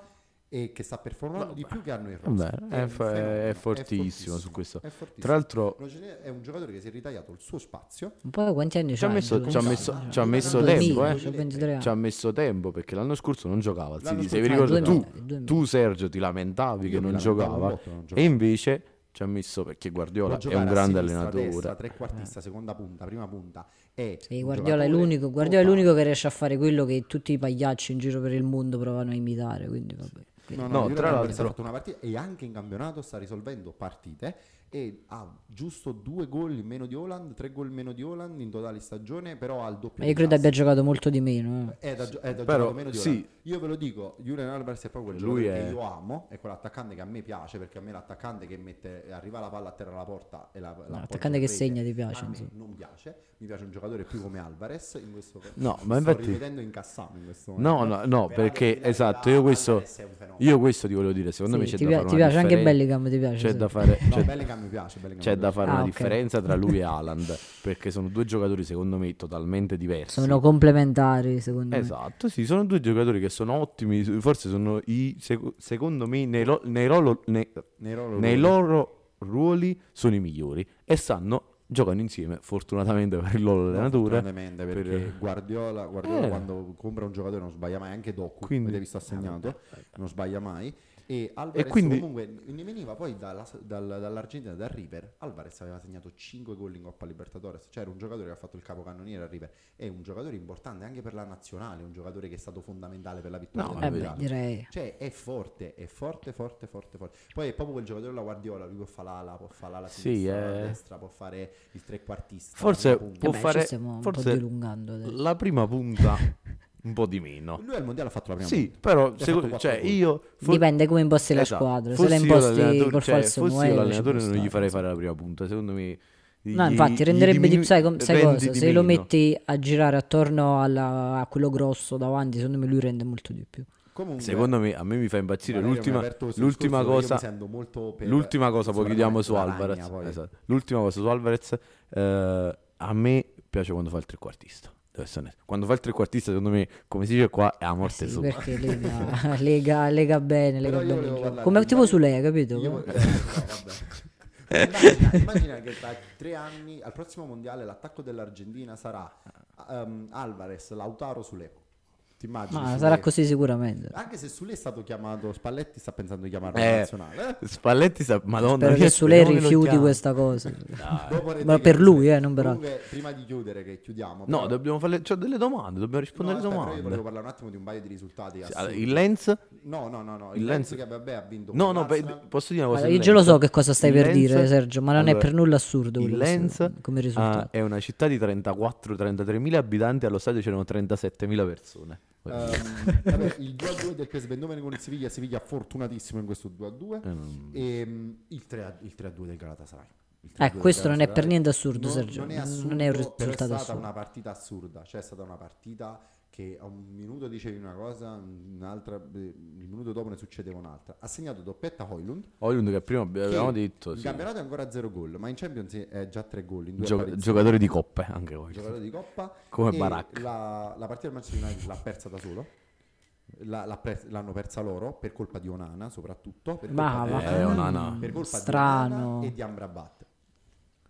e che sta performando di più che hanno in roster.
Vabbè, è
un
fa- è
fenomeno,
fortissimo su questo.
È fortissimo.
Tra l'altro
Rogener è un giocatore che si è ritagliato il suo spazio.
Poi quanti anni
Ci ha
c'ha
messo-
Julian?
ci ha messo- ci ha messo
2000,
tempo, eh.
c'ha 23 anni.
ci ha messo tempo perché l'anno scorso non giocava.
L'anno
Ziti, se vi
scorso-
Ah,
ricordo,
due
tu,
mesi, due mesi.
tu, Sergio ti lamentavi che
Io mi
non
lamentavo un
giocava
botto, non giocava.
e invece ci ha messo perché Guardiola
Può
è un
giocare a
grande
sinistra,
allenatore. Eh.
destra, trequartista, seconda punta, prima punta. È
Sì,
un
Guardiola è
giocatore
l'unico, Guardiola è
totale.
l'unico che riesce a fare quello che tutti i pagliacci in giro per il mondo provano a imitare. Quindi, vabbè. Quindi-
No,
No,
no,
tra
tra l'altro ha
l'altro-
fatto una partita e anche in campionato sta risolvendo partite e ha giusto due gol in meno di Holland, tre gol in meno di Holland in totale stagione, però ha il doppio.
Ma io
di
credo abbia
Lass.
giocato molto di meno. eh.
è da, gio- è da
Però,
giocare meno di Holland.
sì.
Io ve lo dico, Julian Alvarez è proprio quel
Lui
giocatore che
è-
io amo, è quell'attaccante che a me piace perché a me l'attaccante che mette arriva la palla a terra alla porta e la, la porta
l'attaccante
in
che
rete,
segna ti piace,
A me
insomma.
non piace, mi piace un giocatore più come Alvarez in questo
No,
mi
ma
sto
infatti-
ripetendo in Cassano in questo
No,
momento.
no, no,
Però devo
perché
dire
esatto,
la verità,
io questo,
Alvarez è un fenomeno.
io questo ti voglio dire, secondo
Sì,
me c'è
ti
da
pia-
fare
ti
una
piace anche
differen-
Bellingham, ti piace,
C'è
sì.
da fare,
No,
c'è-
Bellingham mi piace, Bellingham
Cioè, c'è
mi
da
piace.
fare
Ah,
una
ok.
differenza tra lui e Haaland, perché sono due giocatori secondo me totalmente diversi.
Sono complementari,
Mm.
secondo me.
Esatto, sì, sono due giocatori che sono ottimi, forse sono i sec- secondo me nei, lo- nei ruolo- nei-
Nei loro-
nei loro ruoli sono i migliori e stanno giocano insieme fortunatamente per il loro allenatore.
Fortunatamente,
per-
perché Guardiola, Guardiola
Eh.
quando compra un giocatore non sbaglia mai, anche Doku,
[LAUGHS] Quindi-
avete visto assegnato, non sbaglia mai. E Alvarez
quindi-
comunque ne veniva poi dalla- dal- dall'Argentina, dal River. Alvarez aveva segnato 5 gol in Coppa Libertadores, cioè era un giocatore che ha fatto il capocannoniere al River. È un giocatore importante anche per la nazionale, un giocatore che è stato fondamentale per la vittoria
No,
del
eh beh,
Mondiale.
direi.
Cioè è forte, è forte, forte, forte, forte. Poi è proprio quel giocatore della Guardiola, lui può fare l'ala, può fare l'ala
Sì,
sinistra, la
eh.
destra, può fare il trequartista.
Forse
la punta.
può
Vabbè,
fare-
ci stiamo un
forse-
po' dilungando adesso.
La prima punta un po' di meno.
Lui al mondiale ha fatto la prima
Sì,
punta.
però
fatto
secondo-
quattro
cioè
gol.
io for-
Dipende come imposti la
Esatto.
squadra. Se
Fossi
la
io
imposti
l'allenatore-
col
cioè,
falso
fossi io
nuovo,
l'allenatore non gli farei fare la prima punta, secondo me
No, infatti renderebbe di sai, com- sai cosa? Se lo
metti
metti a girare attorno alla- a quello grosso davanti, secondo me lui rende molto di più.
Comunque,
Secondo me a me mi fa impazzire
Valerio mi ha
l'ultima,
aperto questo
l'ultima
discorso, io mi
cosa.
sento molto per-
l'ultima cosa, poi chiudiamo su
soprattutto la
Alvarez.
Ragna, poi.
Esatto. L'ultima cosa su Alvarez. eh, a me piace quando fa il trequartista. devo essere onesto. Quando fa il trequartista, secondo me, come si dice qua, è a morte
Sì,
sua.
perché lega, [LAUGHS] lega, lega bene, lega
Però io
bene il
volevo
gioco.
parlare
Come
di
tipo
Bari-
su lei, capito?
Io-
[LAUGHS]
eh, no, vabbè. Immagina, immagina che tra tre anni al prossimo mondiale l'attacco dell'Argentina sarà ehm, Alvarez, Lautaro, Sule. Ti immagini?
Ma
Sule?
sarà così sicuramente.
Anche se Sule è stato chiamato, Spalletti sta pensando di chiamarlo
Eh,
nazionale. eh?
Spalletti, sa- Madonna,
Spero che su lei
speriamo che lo
rifiuti
chiami. [LAUGHS]
questa cosa.
Dopo rete
Ma
che
per
c'è.
lui, eh, non per altri.
Comunque, prima di chiudere, che chiudiamo.
No,
però-
dobbiamo fare. C'ho delle domande, dobbiamo
No,
rispondere alle
aspetta, però io volevo
domande.
parlare un attimo di un paio di risultati.
Sì, allora,
assurdi.
il Lens,
No, no, no, no. Il,
Il
Lenz
Lenz-
che vabbè ha vinto.
no,
con
no, beh,
l'Arsenal.
posso dire una cosa.
Allora,
sul
io già lo
Lens?
so che cosa stai
Il
per dire,
Lens-
Sergio, ma non è
allora,
per nulla assurdo
Il
quello che
Lens
stai- come risultato.
ah, è una città di 34 33000 abitanti, allo stadio c'erano 37.000
Eh,
persone. [LAUGHS]
Ehm, vabbè, il 2-2 del PSV Eindhoven con il Siviglia. Siviglia fortunatissimo in questo 2-2.
Ehm,
Ehm, il 3 il 3-2 del Galatasaray. Il 3-2
Eh,
del
questo non è
Galatasaray.
per niente assurdo,
Non-
Sergio.
Non è, assurdo,
Non è un
però
risultato
È stata
assurdo.
una partita assurda. Cioè, è stata una partita che a un minuto dicevi una cosa, un'altra, beh, il minuto dopo ne succedeva un'altra. Ha segnato doppietta Hoylund.
Højlund che prima abbi-
che
avevamo detto,
In
sì.
campionato è ancora 0 gol, ma in Champions è già 3 gol. In due
Gio-
apparizioni.
giocatore di coppe anche Højlund.
giocatore di coppa
Come
e
Barak.
la, la partita del Manchester United l'ha persa da solo La- l'ha pres- l'hanno persa loro per colpa di Onana soprattutto per
Ma
colpa di-
Eh, Onana.
per colpa
Strano.
di Onana e di Amrabat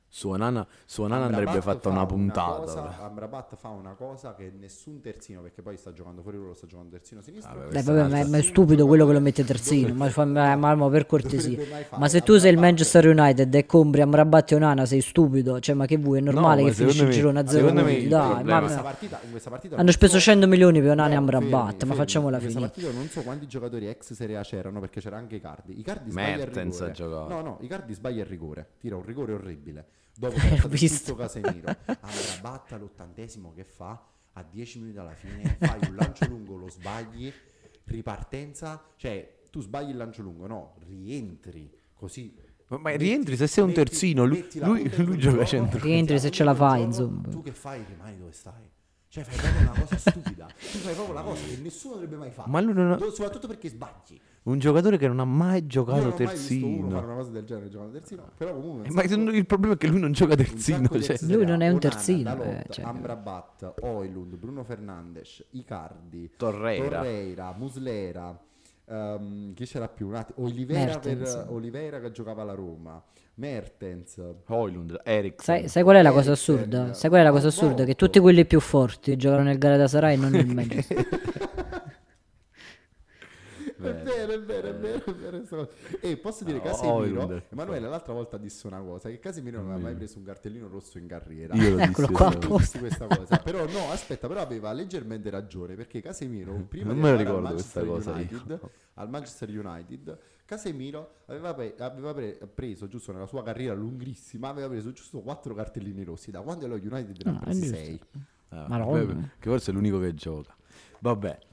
Su Anana, su Anana andrebbe
Amrabat
fatta
fa
una puntata.
cosa-
vabbè.
Amrabat fa una cosa che nessun terzino, perché poi sta giocando fuori ruolo, sta giocando terzino sinistro.
Ah, Vabbè,
Dai,
questa
vabbè,
è
ma,
un'altra-
ma è stupido quello che lo mette terzino. ma, fa- ma- ma- ma per cortesia.
Dovrebbe mai fare
Ma se tu sei il
Amrabat.
Manchester United e compri Amrabat e Onana, sei stupido. Cioè, ma che vuoi? È normale
ma
che finisci
secondo
il
me-
girone a zero
secondo me
punti,
il
Dai,
problema-
in,
ma-
questa partita, in questa partita
hanno
non
speso
so-
100 milioni per Onana e
No,
Amrabat.
fermi,
ma
fermi.
facciamola
In questa
finita.
partita non so quanti giocatori ex Serie A c'erano perché c'era anche Icardi. Icardi sbaglia il
Mertens
rigore.
ha giocato.
No, no, Icardi sbaglia il rigore, tira un rigore orribile.
[LAUGHS]
Dopo che è stato
visto.
tutto Casemiro. Amrabat all'ottantesimo che fa a 10 minuti dalla fine, fai un lancio lungo, lo sbagli, ripartenza, cioè tu sbagli il lancio lungo, no, rientri così.
Ma- ma
Metti-
rientri se sei un
metti-
terzino, lui-
metti la
[LAUGHS] lui-
punta in
lui
quel
gioca
gioco,
centro.
Rientri se ce la
quel
fai,
gioco,
insomma.
Tu che fai rimani dove stai. Cioè fai proprio una cosa stupida. Tu fai proprio una cosa che nessuno avrebbe mai fatto.
Ma lui non ha-
Do- Soprattutto perché sbagli.
Un giocatore che non ha mai
Io
giocato
non ho mai visto uno fare
terzino.
una cosa del genere giocando terzino, però comunque
Eh,
un
Ma
sacco-
il problema è che lui non gioca
un sacco
terzino.
di
Cioè.
ex
Lui non è un
Serie A,
terzino,
Onana,
eh,
Dalot,
cioè.
Amrabat, Oilund, Bruno Fernandes, Icardi,
Torreira.
Torreira, Muslera. ehm, chi c'era più? Un att- Olivera, per-
Mertens.
Olivera che giocava alla Roma, Mertens,
Hoylund, Eric.
Sai, sai qual è la cosa
Eriksen,
assurda? Sai qual è la cosa assurda? Che tutti quelli più forti giocano nel Galatasaray e non nel Manchester.
È vero, è vero, è vero, è vero, è vero. E posso dire
Ah,
Casemiro,
Højlund.
Emanuele l'altra volta disse una cosa, che Casemiro non ha mai preso un cartellino rosso in carriera.
Io
[LAUGHS]
lo
Eccolo
dissi, io
qua,
lo
Dissi
apposta.
questa cosa, però no, aspetta, però aveva leggermente ragione perché Casemiro prima
Non
di
me la
andare al
ricordo questa
Manchester
cosa io.
United, al Manchester United, Casemiro aveva, pe- aveva pre- preso giusto nella sua carriera lunghissima, aveva preso giusto quattro cartellini rossi, da quando è lo United ne ha
No, è
presi
giusto.
sei.
Ah,
Madonna.
vabbè, Che forse è l'unico che gioca. Vabbè. ah,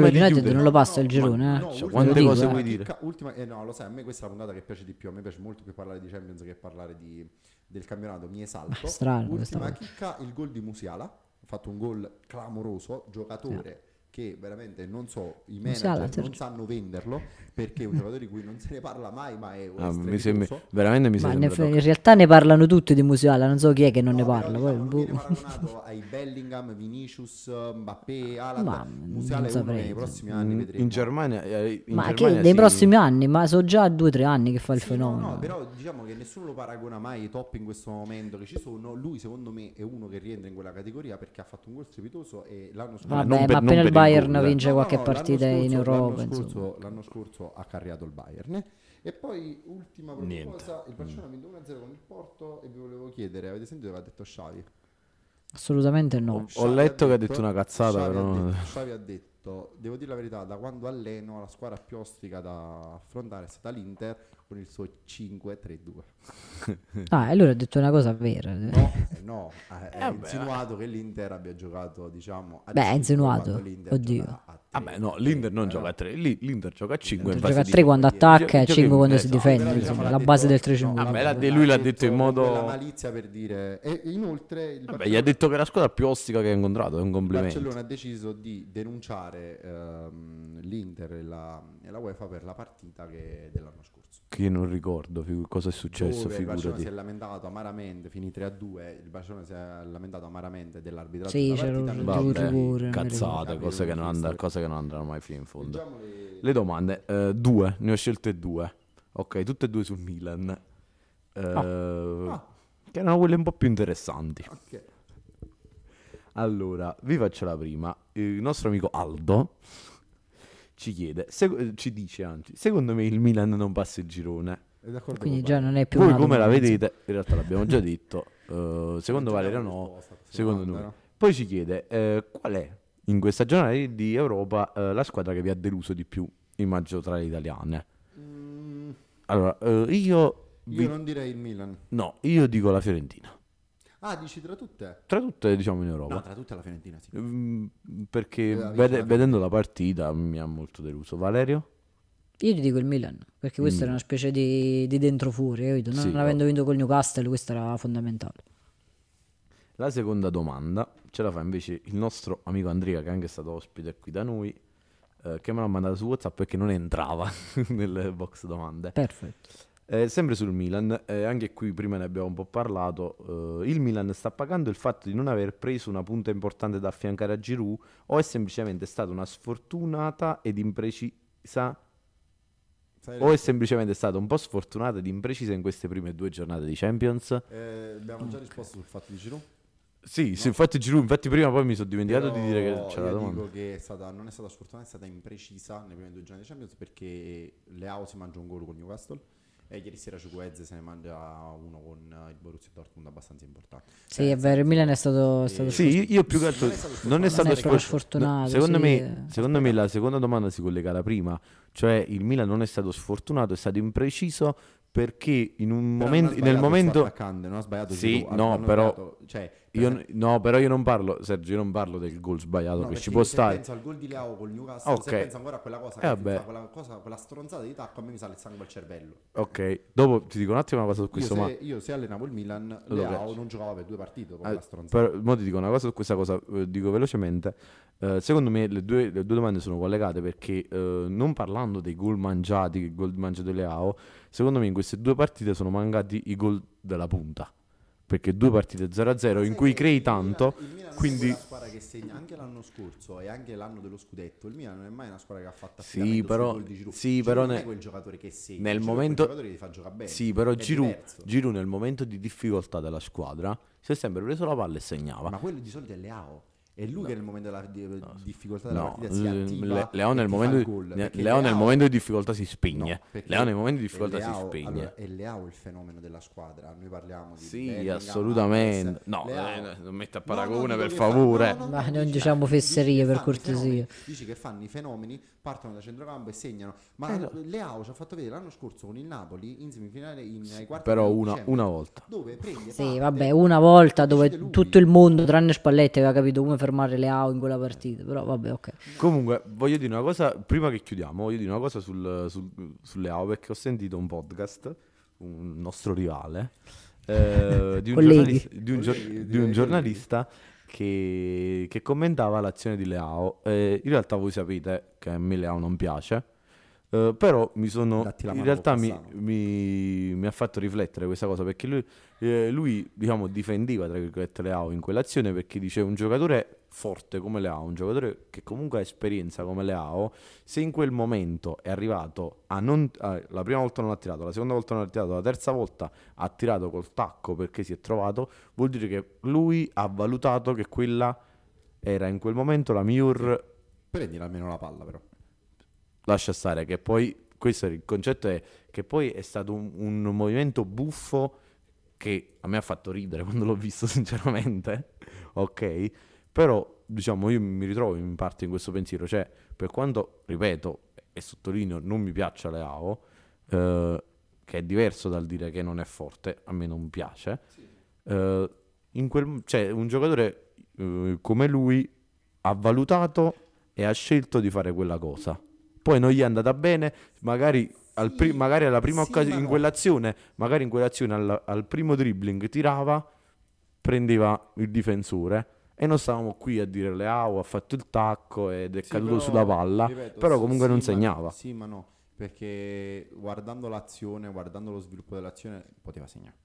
Prima
lo
di
United
chiudere-
non lo passa il
ma-
girone. eh.
no,
Cioè,
ultima-
quante
ve lo
cose
dico,
vuoi
eh.
dire?
chicca- ultima- eh no, lo sai, a me questa è la puntata che piace di più. A me piace molto più parlare di Champions che parlare di- del campionato. Mi esalto.
Ma strano questa
ultima
cosa.
chicca, il gol di Musiala. Ha fatto un gol clamoroso. Giocatore che veramente non so, i manager
Eh. Musiala,
non
certo.
sanno venderlo perché è un giocatore di cui non se ne parla mai, ma è un
Ah, mi sembra-
strepitoso.
veramente mi
Ma
sembra.
ne- in realtà ne parlano tutti di Musiala, non so chi è che non
No,
ne
però,
parla.
diciamo,
poi,
non
boh.
viene paragonato ai Bellingham, Vinicius, Mbappé,
Ma,
Alan. Musiala è uno
non
che
saprei, cioè.
nei
insomma.
prossimi anni
in,
vedremo.
in Germania. eh, In
[LAUGHS] Ma che
Germania
nei
sì.
prossimi anni, ma so già due o tre anni che fa il
Sì, no,
fenomeno.
No, però diciamo che nessuno lo paragona mai ai top in questo momento che ci sono. Lui, secondo me, è uno che rientra in quella categoria perché ha fatto un gol strepitoso e l'anno scorso.
Vabbè,
non per-
ma
non
appena
per
il
il
Bayern
gol, eh.
vince
No,
qualche
no, l'anno
partita in
scorso-
Europa.
L'anno
insomma.
scorso, l'anno scorso ha carriato il Bayern. E poi, ultima proprio
Niente.
cosa, il Barcellona ha vinto 1-0 con il Porto e vi volevo chiedere, avete sentito che ha detto Xavi?
Assolutamente no.
Ho- ho letto che ha detto una cazzata,
Xavi
però- [LAUGHS]
Ha detto, Xavi ha detto, devo dire la verità, da quando alleno la squadra più ostica da affrontare è stata l'Inter con il suo 5-3-2.
Ah, e lui ha detto una cosa vera.
No, eh,
[LAUGHS]
no, ha ha
vabbè.
insinuato che l'Inter abbia giocato, diciamo, a
Beh, ha
5
insinuato,
quando l'Inter
oddio.
giocava a tre.
Vabbè, Ah, no, l'Inter non
Eh,
gioca a 3, l'Inter gioca a 5.
Gioca a 3 quando attacca e a
Giochi-
5 quando si
esatto.
difende.
però,
insomma,
diciamo,
la
l'ha
base del
detto-
3
no,
Ah, beh, l'ha
detto-
de- lui l'ha detto in modo-
con quella malizia per dire e inoltre il
Vabbè, gli ha detto che è la squadra più ostica che ha incontrato, è un
il
complimento.
Barcellona ha deciso di denunciare ehm, l'Inter e la, e la UEFA per la partita che- dell'anno scorso.
Che io non ricordo figu- cosa è successo,
dove il Barcellona si è
Cioè, figurati.
lamentato amaramente, finì 3-2, il Barcellona si è lamentato amaramente dell'arbitraggio
Sì,
della
c'era
partita. diciamo
un
non ci
giù
Vabbè,
fu-
rigore. non mi ricordo.
Cazzate,
ricordo.
cose che, non and-
Capito,
cose che non andranno mai fino in fondo.
Diciamo che-
Le domande, eh, due, ne ho scelte due. Ok, tutte e due sul Milan. Eh,
Ah.
Che erano quelle un po' più interessanti.
Ok.
Allora, vi faccio la prima. Il nostro amico Aldo ci chiede, sec- eh, ci dice anzi, secondo me il Milan non passa il girone.
È d'accordo
Quindi
con
già
Valerio.
non è più
Voi
una
come la
domanda.
vedete? In realtà l'abbiamo già detto. eh, secondo
Non
Valerio
abbiamo
no,
risposto a questa
secondo
domanda,
noi.
no?
Poi ci chiede eh, qual è in questa giornata di Europa eh, la squadra che vi ha deluso di più, immagino tra le italiane.
Mm,
Allora, eh, io, vi-
io non direi il Milan.
no, io dico la Fiorentina.
Ah, dici tra tutte?
Tra tutte, diciamo in Europa.
No, tra tutte la Fiorentina, sì.
Mm, Perché
Eh, la
vede-
vittoria.
vedendo la partita mi ha molto deluso. Valerio?
Io ti dico il Milan, perché questa era una specie di, di dentro fuori, capito? Non,
Mm. Sì,
non avendo vinto col Newcastle, questa era fondamentale.
La seconda domanda ce la fa invece il nostro amico Andrea, che è anche stato ospite qui da noi, eh, che me l'ha mandata su WhatsApp perché non entrava [LAUGHS] nel box domande.
Perfetto.
Eh, sempre sul Milan, eh, anche qui prima ne abbiamo un po' parlato. eh, il Milan sta pagando il fatto di non aver preso una punta importante da affiancare a Giroud, o è semplicemente stata una sfortunata ed imprecisa
Sai-
O è semplicemente stata un po' sfortunata ed imprecisa in queste prime due giornate di Champions?
eh, abbiamo già risposto sul fatto di Giroud.
Sì, sì, infatti Giroud, infatti prima poi mi sono dimenticato
Però
di dire che c'era la
io
domanda.
dico che è stata, non è stata sfortunata, è stata imprecisa nei primi due giorni di Champions perché Leao si mangia un gol con Newcastle e ieri sera Ciucuezze se ne mangia uno con eh, il Borussia Dortmund abbastanza importante.
Sì,
Cioè,
è vero, il Milan è stato... È stato
Eh, Sì, io, io più che altro
Non è stato
non è
sfortunato.
stato
Non è proprio
sfortunato.
sfortunato,
Secondo,
sì,
me,
eh.
secondo me la seconda domanda si collega alla prima, cioè il Milan non è stato sfortunato, è stato impreciso perché in un
Però
momento,
non ha
nel
sbagliato il suo
momento...
attaccante, non ha sbagliato
Sì,
Giroud,
no,
hanno
però
sbagliato- cioè, per
Io,
esempio-
n- no, però io non parlo, Sergio, io non parlo del gol sbagliato
no,
che
perché
ci può
se
stare.
penso al gol di Leao con Newcastle
Ok.
se penso ancora a quella cosa,
Eh,
che
vabbè.
fa, quella cosa quella stronzata di tacco a me mi sale il sangue al cervello
Ok, dopo ti dico un attimo una cosa su questo,
io,
ma...
se, io se allenavo il Milan
Lo
Leao
penso.
non giocava per due partite dopo
Ah,
quella stronzata
però, mo ti dico una cosa su questa cosa, eh, dico velocemente. Eh, secondo me le due, le due domande sono collegate perché eh, non parlando dei gol mangiati, il gol mangiato di Leao, secondo me in queste due partite sono mancati i gol della punta. Perché due partite 0-0 in
Sai
cui
che
crei
il Milan-
tanto,
il Milan non è
quindi
quella squadra che segna anche l'anno scorso e anche l'anno dello scudetto. Il Milan non è mai una squadra che ha fatto
Sì,
affidamento sui
però-
gol di Giroud.
sì,
Giroud
però
non
ne-
è quel giocatore che segna,
nel
Giroud
momento-
è quel giocatore che fa giocare bene.
sì, però
è
Giroud,
diverso.
Giroud nel momento di difficoltà della squadra si è sempre preso la palla e segnava.
ma quello di solito è Leao. È lui che nel momento della di- difficoltà della
No,
partita si attiva
Le-
e
Leao nel
ti fa
momento
il
di-
gol,
ne-
perché
Leao nel
Leao-
momento di difficoltà si spegne.
No, perché
Leao nel momento di difficoltà
è Leao-
si spegne.
allora, è Leao il fenomeno della squadra. Noi parliamo di
Sì,
Bellingham,
assolutamente.
Havertz,
No,
Leao.
eh, non metta a
No, no,
paragone,
dico
per
che fa-
favore.
no, no, no,
Ma
dici-
non diciamo
dici che
fesserie, per
fanno i fenomeni,
cortesia.
dici che fanno i fenomeni, partono da centrocampo e segnano. Ma
Eh, no.
Leao ci ha fatto vedere l'anno scorso con il Napoli in semifinale in ai quarti
Però
di
una,
Champions,
una volta.
dove prende
Sì,
parte,
vabbè, una volta
decide
dove
lui.
tutto il mondo, tranne Spalletti, aveva capito come fermare Leao in quella partita, però vabbè, ok.
Comunque, voglio dire una cosa, prima che chiudiamo, voglio dire una cosa sul, sul- sulle AO, perché ho sentito un podcast, un nostro rivale, eh, di, un
Colleghi.
giornalista, di un gior-
Colleghi,
di un
direi
giornalista che, che commentava l'azione di Leao. Eh, in realtà voi sapete che a me Leao non piace, eh, però mi sono...
Datti la
In
mano,
realtà mi,
Passano.
mi- mi ha fatto riflettere questa cosa, perché lui, eh, lui, diciamo, difendeva, tra virgolette, Leao in quell'azione, perché diceva un giocatore forte come Leao, un giocatore che comunque ha esperienza come Leao, se in quel momento è arrivato a non... a- la prima volta non ha tirato, la seconda volta non ha tirato, la terza volta ha tirato col tacco perché si è trovato, vuol dire che lui ha valutato che quella era in quel momento la miglior...
Prendi almeno la palla, però.
Lascia stare, che poi... Questo è il concetto è che poi è stato un, un movimento buffo che a me ha fatto ridere [LAUGHS] quando l'ho visto, sinceramente. ok? Però, diciamo, io mi ritrovo in parte in questo pensiero. Cioè, per quanto, ripeto, e sottolineo, non mi piaccia Leao, eh, che è diverso dal dire che non è forte, a me non piace. eh, in quel- cioè, un giocatore eh, come lui ha valutato e ha scelto di fare quella cosa. Poi non gli è andata bene, magari, al pri-
Sì,
magari alla prima
sì,
occasione,
ma
in
no.
quell'azione, magari in quell'azione al, al primo dribbling tirava, prendeva il difensore e non stavamo qui a dire Leao ha fatto il tacco ed è
Sì,
caduto
però,
sulla palla,
ripeto,
però
sì-
comunque
sì,
non
ma-
segnava.
sì, ma no, perché guardando l'azione, guardando lo sviluppo dell'azione, poteva segnare.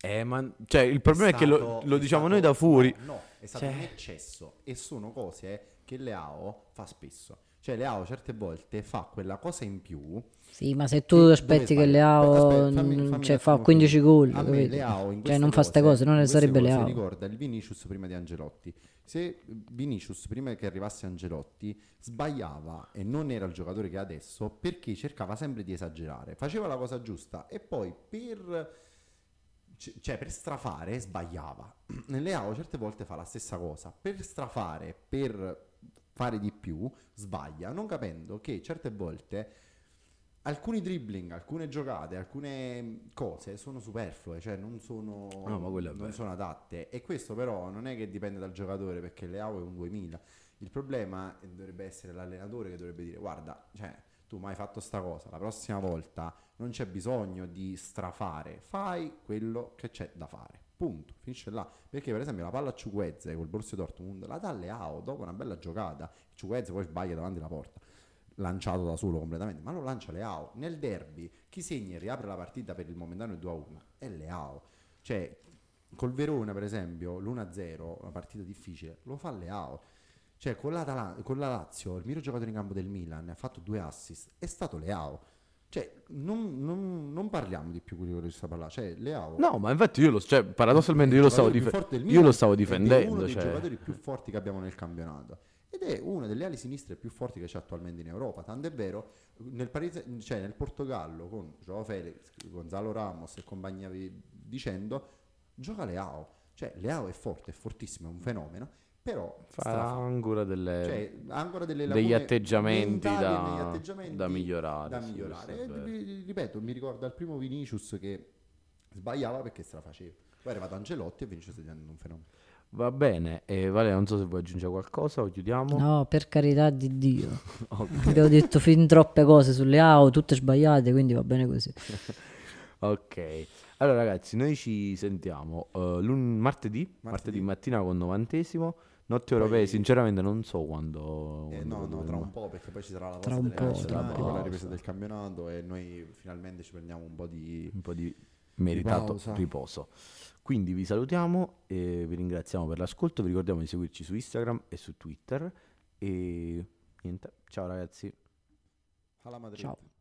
Eh, ma- cioè, il problema è,
stato-
che lo, lo
è stato-
diciamo
eh.
noi da fuori.
No, no, è stato
Cioè-
un eccesso e sono cose che Leao fa spesso. Cioè Leao certe volte fa quella cosa in più
Sì, ma se
Sì,
tu
dove
aspetti che
sbaglia?
Leao
Aspetta, aspetta, fammi-
mm,
fammi
cioè,
un
fa
attimo
15
finire.
gol,
A me
capito?
Leao in
cioè
queste
non fa ste cose, non
in
ne
queste
sarebbe
cose
Leao.
ricorda il Vinicius prima di Angelotti. Se Vinicius prima che arrivasse Angelotti sbagliava e non era il giocatore che è adesso perché cercava sempre di esagerare, faceva la cosa giusta e poi per c- cioè per strafare sbagliava. [CLEARS THROAT] Leao certe volte fa la stessa cosa, per strafare, per fare di più, sbaglia, non capendo che certe volte alcuni dribbling, alcune giocate, alcune cose sono superflue, cioè non sono,
No, ma quello è
non
vero.
sono adatte. E questo però non è che dipende dal giocatore, perché Leao è un 2000. Il problema dovrebbe essere l'allenatore che dovrebbe dire guarda, cioè, tu mi hai fatto sta cosa, la prossima volta non c'è bisogno di strafare, fai quello che c'è da fare. Punto, finisce là. Perché per esempio la palla a Ciuquezze col Borussia Dortmund la dà Leao dopo una bella giocata. Ciuquezze poi sbaglia davanti alla porta lanciato da solo completamente, ma lo lancia Leao. Nel derby chi segna e riapre la partita per il momentaneo 2-1 è Leao. Cioè, col Verona per esempio, l'1-0, una partita difficile, lo fa Leao. Cioè, con, l'Atala- con la Lazio, il miglior giocatore in campo del Milan, ha fatto due assist, è stato Leao. Cioè, non, non- non parliamo di più quello che si sta parlando. Cioè, Leao
No, ma infatti io lo, cioè, paradossalmente io
il
lo stavo,
giocatore più
dif-
forte del
io
Milan
lo stavo
ed è uno
difendendo.
dei
Cioè.
giocatori più forti che abbiamo nel campionato ed è una delle ali sinistre più forti che c'è attualmente in Europa tant'è vero nel, Paris- cioè nel Portogallo con Joao Felix Gonzalo Ramos e compagnia vi- dicendo gioca Leao cioè Leao è forte è fortissimo è un fenomeno però
Fa
strafa-
ancora delle...
cioè, ha ancora delle
degli
lacune
atteggiamenti
mentali e
da-
negli atteggiamenti
da migliorare,
da
Ah, sì,
migliorare.
questo è
E
vero.
vi- ripeto mi ricorda il primo Vinicius che sbagliava perché strafaceva poi è arrivato Angelotti e Vinicius è diventato un fenomeno
Va bene, e Vale, non so se vuoi aggiungere qualcosa o chiudiamo.
No, per carità di Dio. Abbiamo detto fin troppe cose sulle AO, tutte sbagliate, quindi va bene così.
Ok, allora ragazzi, noi ci sentiamo eh, lun- martedì, martedì,
Martedì.
mattina con novantesimo. Notte europee, sinceramente non so quando...
Eh,
quando
no no tra
dovremo-
un po' perché poi ci sarà la
Tra
pausa
un
delle
po', tra
nazionali
un po'.
con la ripresa del campionato e noi finalmente ci prendiamo un po' di
un po' di meritato
pausa.
riposo. Quindi vi salutiamo e vi ringraziamo per l'ascolto. Vi ricordiamo di seguirci su Instagram e su Twitter. E niente, ciao ragazzi.
alla Madrid
Ciao.